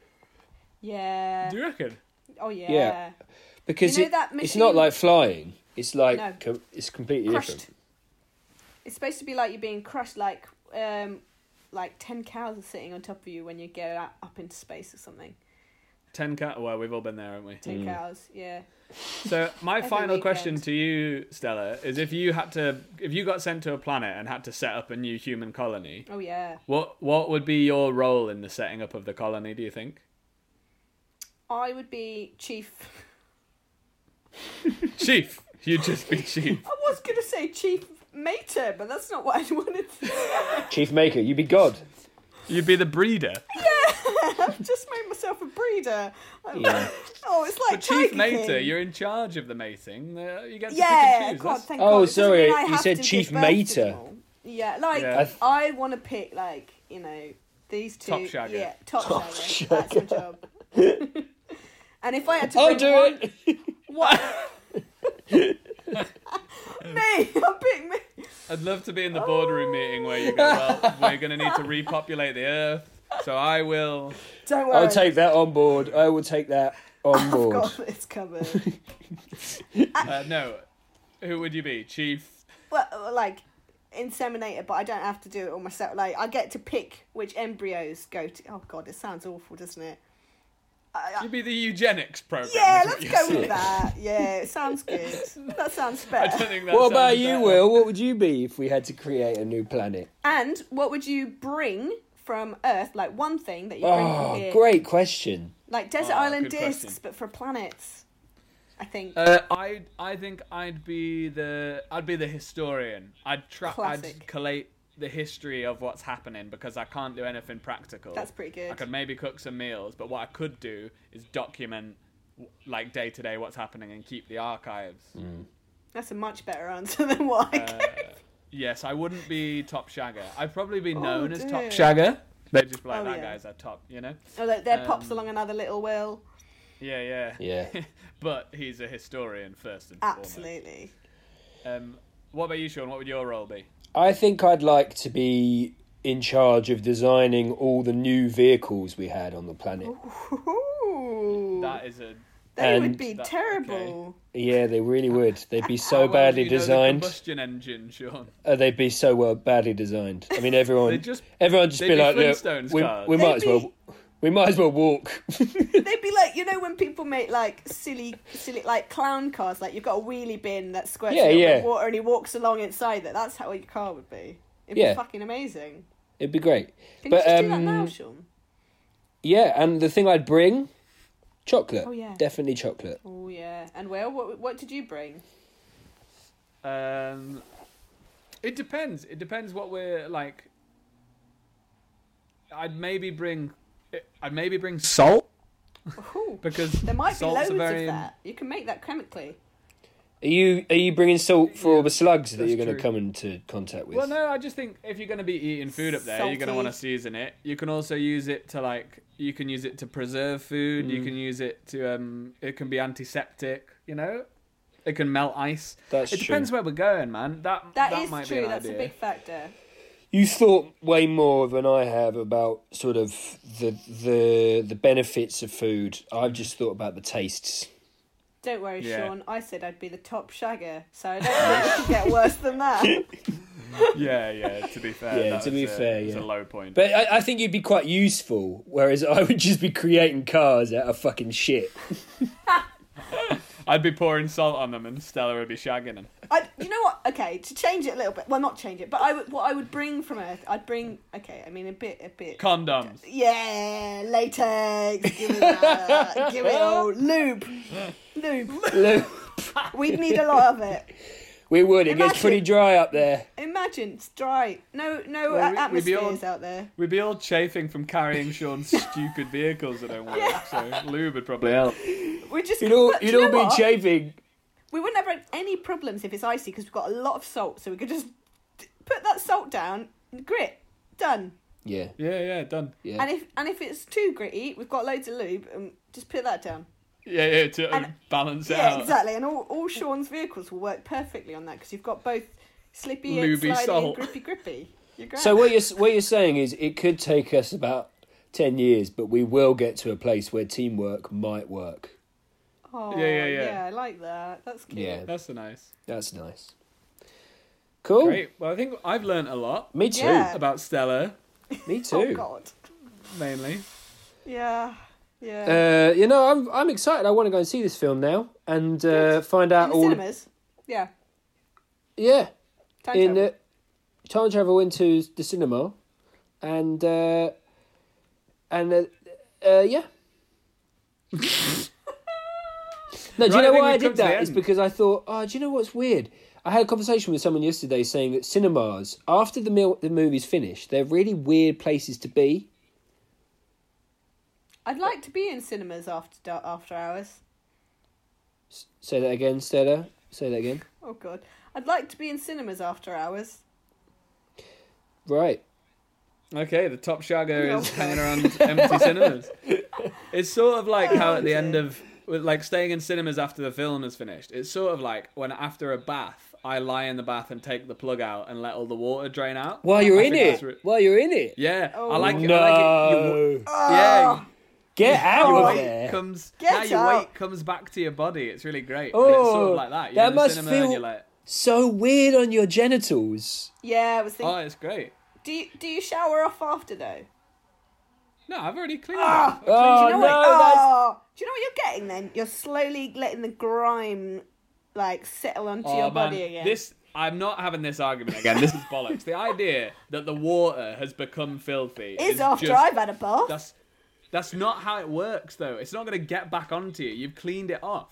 S1: Yeah.
S3: Do you reckon?
S1: Oh yeah.
S2: Yeah. because
S1: You know
S2: it-
S1: that
S2: it's not
S1: machine-
S2: like flying. It's like
S1: No.
S2: com- it's completely
S1: Crushed.
S2: different.
S1: It's supposed to be like you're being crushed, like um, like ten cows are sitting on top of you when you get out, up into space or something.
S3: Ten cat. Well, we've all been there, haven't we?
S1: Ten cows, yeah.
S3: So my
S1: Every
S3: final question
S1: weekend.
S3: to you, Stella, is if you had to, if you got sent to a planet and had to set up a new human colony,
S1: Oh yeah.
S3: what what would be your role in the setting up of the colony? Do you think?
S1: I would be chief.
S3: Chief, you'd just be chief.
S1: I was gonna say chief mater, but that's not what I wanted. To
S2: Chief Maker, you be God.
S3: You'd be the breeder.
S1: I've just made myself a breeder. I'm-
S2: Yeah.
S1: oh, it's like
S3: But chief
S1: Tiger
S3: mater,
S1: King.
S3: you're in charge of the mating. Uh, you get to
S1: Yeah,
S3: pick and choose.
S1: God,
S3: That's-
S1: thank
S2: Oh,
S1: God. It doesn't
S2: sorry,
S1: mean I
S2: you
S1: have
S2: said
S1: to
S2: chief
S1: give birth to
S2: mater.
S1: them all. Yeah, like
S3: Yeah.
S2: I
S1: I,
S2: th-
S1: want to pick like you know these two.
S3: Top shagger.
S1: Yeah, top,
S2: Top
S1: shagger. That's my job. And if I had to
S2: I'll
S1: pick
S2: do
S1: one,
S2: it.
S3: What?
S1: me, I'll pick me.
S3: I'd love to be in the boardroom meeting where you go, well, we're going to need to repopulate the earth. So I will.
S1: Don't worry.
S2: I'll take that on board. I will take that on
S1: I've
S2: board.
S1: got this covered.
S3: Uh, no. Who would you be? Chief?
S1: well, uh, like inseminator, but I don't have to do it all myself. Like I get to pick which embryos go to. Oh god, it sounds awful, doesn't it? I, I-
S3: You'd be the eugenics program.
S1: yeah,
S3: is what
S1: let's
S3: you're
S1: go
S3: saying.
S1: with that. Yeah, it sounds good. That sounds
S3: I don't
S1: better.
S3: think that
S2: What about
S3: sounds
S2: you,
S3: better.
S2: Will? What would you be if we had to create a new planet?
S1: And what would you bring from Earth? Like one thing that you bring from
S2: Oh,
S1: here,
S2: great question.
S1: like desert
S3: Oh,
S1: island
S3: good
S1: discs,
S3: question.
S1: but for planets. I think.
S3: Uh, I I think I'd be the I'd be the historian. I'd try
S1: Classic.
S3: I'd collate the history of what's happening because I can't do anything practical.
S1: That's pretty good.
S3: I could maybe cook some meals, but what I could do is document w- like day to day what's happening and keep the archives.
S1: That's a much better answer than what I
S3: Uh,
S1: gave.
S3: yes, I wouldn't be top shagger. I'd probably be known as top
S1: dear.
S3: shagger. They'd just be like
S1: Oh,
S3: that
S1: yeah.
S3: guy's our top, you know?
S1: Oh, look, there pops
S3: um,
S1: along another little will.
S3: Yeah, yeah.
S2: Yeah.
S3: but he's a historian first and
S1: Absolutely.
S3: foremost. Um what about you, Sean? What would your role be?
S2: I think I'd like to be in charge of designing all the new vehicles we had on the planet.
S1: Ooh,
S3: That is a
S1: they
S2: and
S1: would be
S3: that- okay.
S1: terrible.
S2: Yeah, they really would. They'd be
S3: How
S2: so
S3: well
S2: badly
S3: do you know the
S2: designed.
S3: combustion engine, Sean.
S2: Uh, they'd be so well badly designed. I mean, everyone,
S3: They'd just-
S2: everyone just
S3: they'd
S2: be
S3: be
S2: like, look,
S3: Flintstones
S2: we,
S3: cars.
S2: we might as
S1: They'd
S2: well, we might as well walk.
S1: They'd be like, you know, when people make like silly, silly, like clown cars, like you've got a wheelie bin that squirts a
S2: Yeah,
S1: little bit of
S2: yeah.
S1: water and he walks along inside that. That's how your car would be. It'd
S2: Yeah.
S1: be fucking amazing.
S2: It'd be great.
S1: Can
S2: but
S1: you just
S2: um,
S1: do that now, Sean?
S2: yeah, and the thing I'd bring, chocolate.
S1: Oh, yeah.
S2: definitely chocolate.
S1: Oh, yeah. And Will, what, what did you bring?
S3: Um, it depends. It depends what we're like. I'd maybe bring. I'd maybe bring salt
S1: Ooh,
S3: because
S1: there might be
S3: salt's
S1: loads
S3: a very
S1: of that. You can make that chemically.
S2: Are you are you bringing salt for all the slugs that
S3: that's
S2: you're going to
S3: true.
S2: come into contact with?
S3: Well, no, I just think if you're going to be eating food up there, you're going to want to
S1: Salty.
S3: season it. You can also use it to like you can use it to preserve food.
S2: Mm.
S3: You can use it to um it can be antiseptic, you know? It can melt ice.
S2: That's
S3: it depends
S2: true.
S3: where we're going, man. That
S1: that
S3: that
S1: is
S3: might be
S1: true.
S3: an
S1: That's
S3: idea.
S1: a big factor.
S2: You thought way more than I have about sort of the the the benefits of food. I've just thought about the tastes.
S1: Don't worry,
S3: Yeah.
S1: Sean. I said I'd be the top shagger, so I don't think it could get worse than that.
S3: yeah, yeah. To be fair,
S2: Yeah,
S3: that
S2: to be
S3: was a-
S2: fair,
S3: it was
S2: yeah.
S3: a low point.
S2: But I, I think you'd be quite useful, whereas I would just be creating cars out of fucking shit.
S3: I'd be pouring salt on them, and Stella would be shagging them.
S1: I, you know what? Okay, to change it a little bit. Well, not change it, but I would. What I would bring from Earth, I'd bring. Okay, I mean a bit, a bit.
S3: Condoms.
S1: yeah, latex. Give me that. give it all. Lube, lube.
S2: Look,
S1: We'd need a lot of it.
S2: we would. It
S1: Imagine-
S2: gets pretty dry up there.
S1: Imagine it's dry. No, no
S3: Well,
S1: uh,
S3: we- we'd be
S1: atmospheres
S3: all-
S1: out there.
S3: We'd be all chafing from carrying Sean's stupid vehicles that don't work. So lube would probably help.
S1: We're just.
S2: You'd all
S1: but do
S2: you'd
S1: you
S2: all
S1: know
S2: be
S1: what?
S2: chafing.
S1: We wouldn't have any problems if it's icy because we've got a lot of salt, so we could just d- put that salt down. Grit, done.
S2: Yeah,
S3: Yeah, yeah, done.
S2: yeah.
S1: And if and if it's too gritty, we've got loads of lube, and just put that down.
S3: Yeah, yeah, to um,
S1: And-
S3: balance it
S1: yeah,
S3: out.
S1: exactly. And all, all Sean's vehicles will work perfectly on that because you've got both slippy and
S3: Lubey
S1: slidey and
S3: salt.
S1: grippy grippy. You're great.
S2: So what you're what you're saying is it could take us about ten years, but we will get to a place where teamwork might work.
S1: oh,
S3: Yeah, yeah, yeah.
S1: I like that. That's cute.
S2: Yeah,
S3: That's the nice.
S2: that's nice. Cool.
S3: Great. Well, I think I've learned a lot
S2: Me too.
S1: Yeah.
S3: about Stella,
S2: Me
S1: Oh
S2: too.
S1: God.
S3: mainly.
S1: Yeah. Yeah.
S2: uh, you know, I'm I'm excited. I want to go and see this film now and uh, find out
S1: In the
S2: all.
S1: cinemas. Yeah.
S2: Yeah,
S1: Time
S2: in
S1: travel.
S2: the time travel into the cinema, and uh, and uh, uh, yeah. no, do
S3: Right, I
S2: you know
S3: think
S2: why I
S3: we've come
S2: did
S3: to the
S2: that? It's
S3: end.
S2: because I thought, oh, do you know what's weird? I had a conversation with someone yesterday saying that cinemas, after the mil- the movie's finished, they're really weird places to be.
S1: I'd like to be in cinemas after da- after hours.
S2: Say that again, Stella. Say that again.
S1: Oh God. I'd like to be in cinemas after hours.
S2: Right.
S3: Okay, the top shagger
S1: No.
S3: is hanging around empty cinemas. It's sort of like how at the end of with, like staying in cinemas after the film is finished. It's sort of like when after a bath, I lie in the bath and take the plug out and let all the water drain out
S5: While you're
S3: I
S5: in
S3: think that's
S5: it.
S3: re-
S5: While you're in it.
S3: yeah,
S1: Oh.
S3: I like it. I like it. Your,
S5: No.
S3: wa- yeah,
S5: Get out
S3: your
S5: of
S3: weight
S5: there.
S3: comes.
S1: Oh. Get
S3: now your
S1: out.
S3: weight comes back to your body. It's really great. and it's sort
S5: Oh,
S3: of like that. You're
S5: that
S3: in the
S5: must
S3: cinema
S5: feel-
S3: and you're like,
S5: So weird on your genitals.
S1: Yeah, I was
S3: oh,
S1: thinking.
S3: it's great.
S1: Do you, do you shower off after though?
S3: No, I've already cleaned.
S1: Ah!
S3: it.
S5: Oh,
S1: do you know
S5: no,
S1: what,
S5: that's.
S1: Oh, do you know what you're getting then? You're slowly letting the grime like settle onto your
S3: Oh, man.
S1: body again.
S3: This I'm not having this argument again. This is bollocks. The idea that the water has become filthy
S1: is
S3: is
S1: after
S3: just-
S1: I've had a bath.
S3: That's that's not how it works though. It's not going to get back onto you. You've cleaned it off.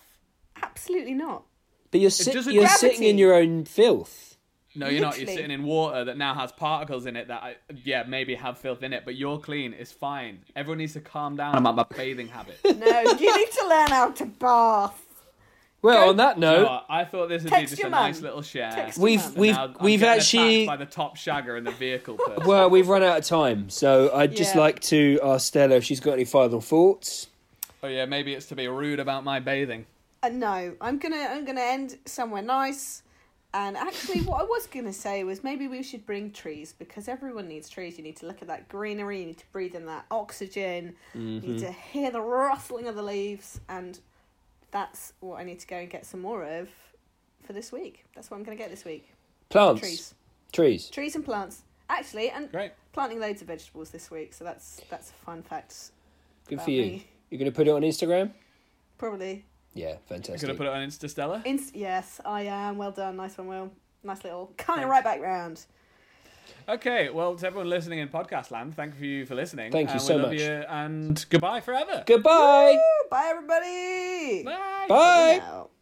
S1: Absolutely not.
S5: But you're, sit-
S3: doesn't-
S5: you're
S1: Gravity.
S5: sitting in your own filth.
S3: No, you're not. You're
S1: Literally.
S3: sitting in water that now has particles in it that I, yeah maybe have filth in it, but you're clean. It's fine. Everyone needs to calm down about my bathing habit.
S1: No, you need to learn how to bath.
S5: Well, on that
S3: You know
S5: note,
S3: what? I thought this would
S1: Text
S3: be just
S1: your
S3: a
S1: man.
S3: nice little share.
S1: Text
S5: we've
S1: But
S5: we've
S3: Now I'm
S5: we've
S3: getting
S5: actually
S3: attacked by the top shagger and the vehicle person.
S5: well we've run out of time. So I'd just
S1: Yeah.
S5: like to ask Stella if she's got any final thoughts.
S3: oh yeah, maybe it's to be rude about my bathing.
S1: Uh, no, I'm gonna I'm gonna end somewhere nice. And actually, what I was gonna say was maybe we should bring trees because everyone needs trees. You need to look at that greenery. You need to breathe in that oxygen. You
S5: Mm-hmm.
S1: need to hear the rustling of the leaves, and that's what I need to go and get some more of for this week. That's what I'm gonna get this week:
S5: Plants,
S1: trees,
S5: trees.
S1: trees and plants. Actually, and
S3: Great.
S1: planting loads of vegetables this week. So that's that's a fun fact.
S5: Good
S1: About
S5: for you.
S1: me.
S5: You're going to put it on Instagram.
S1: Probably
S5: Yeah,
S3: I'm
S5: fantastic.
S3: gonna put it on Insta Stella.
S1: Inst- yes, I am. Well done. Nice one, Will. Nice little. Coming right back round.
S3: Okay, well, to everyone listening in podcast land, thank you for listening.
S5: Thank you
S3: and we
S5: so
S3: love
S5: much.
S3: You, and goodbye forever.
S5: Goodbye.
S1: Bye, everybody.
S3: Bye.
S5: Bye.
S1: Now.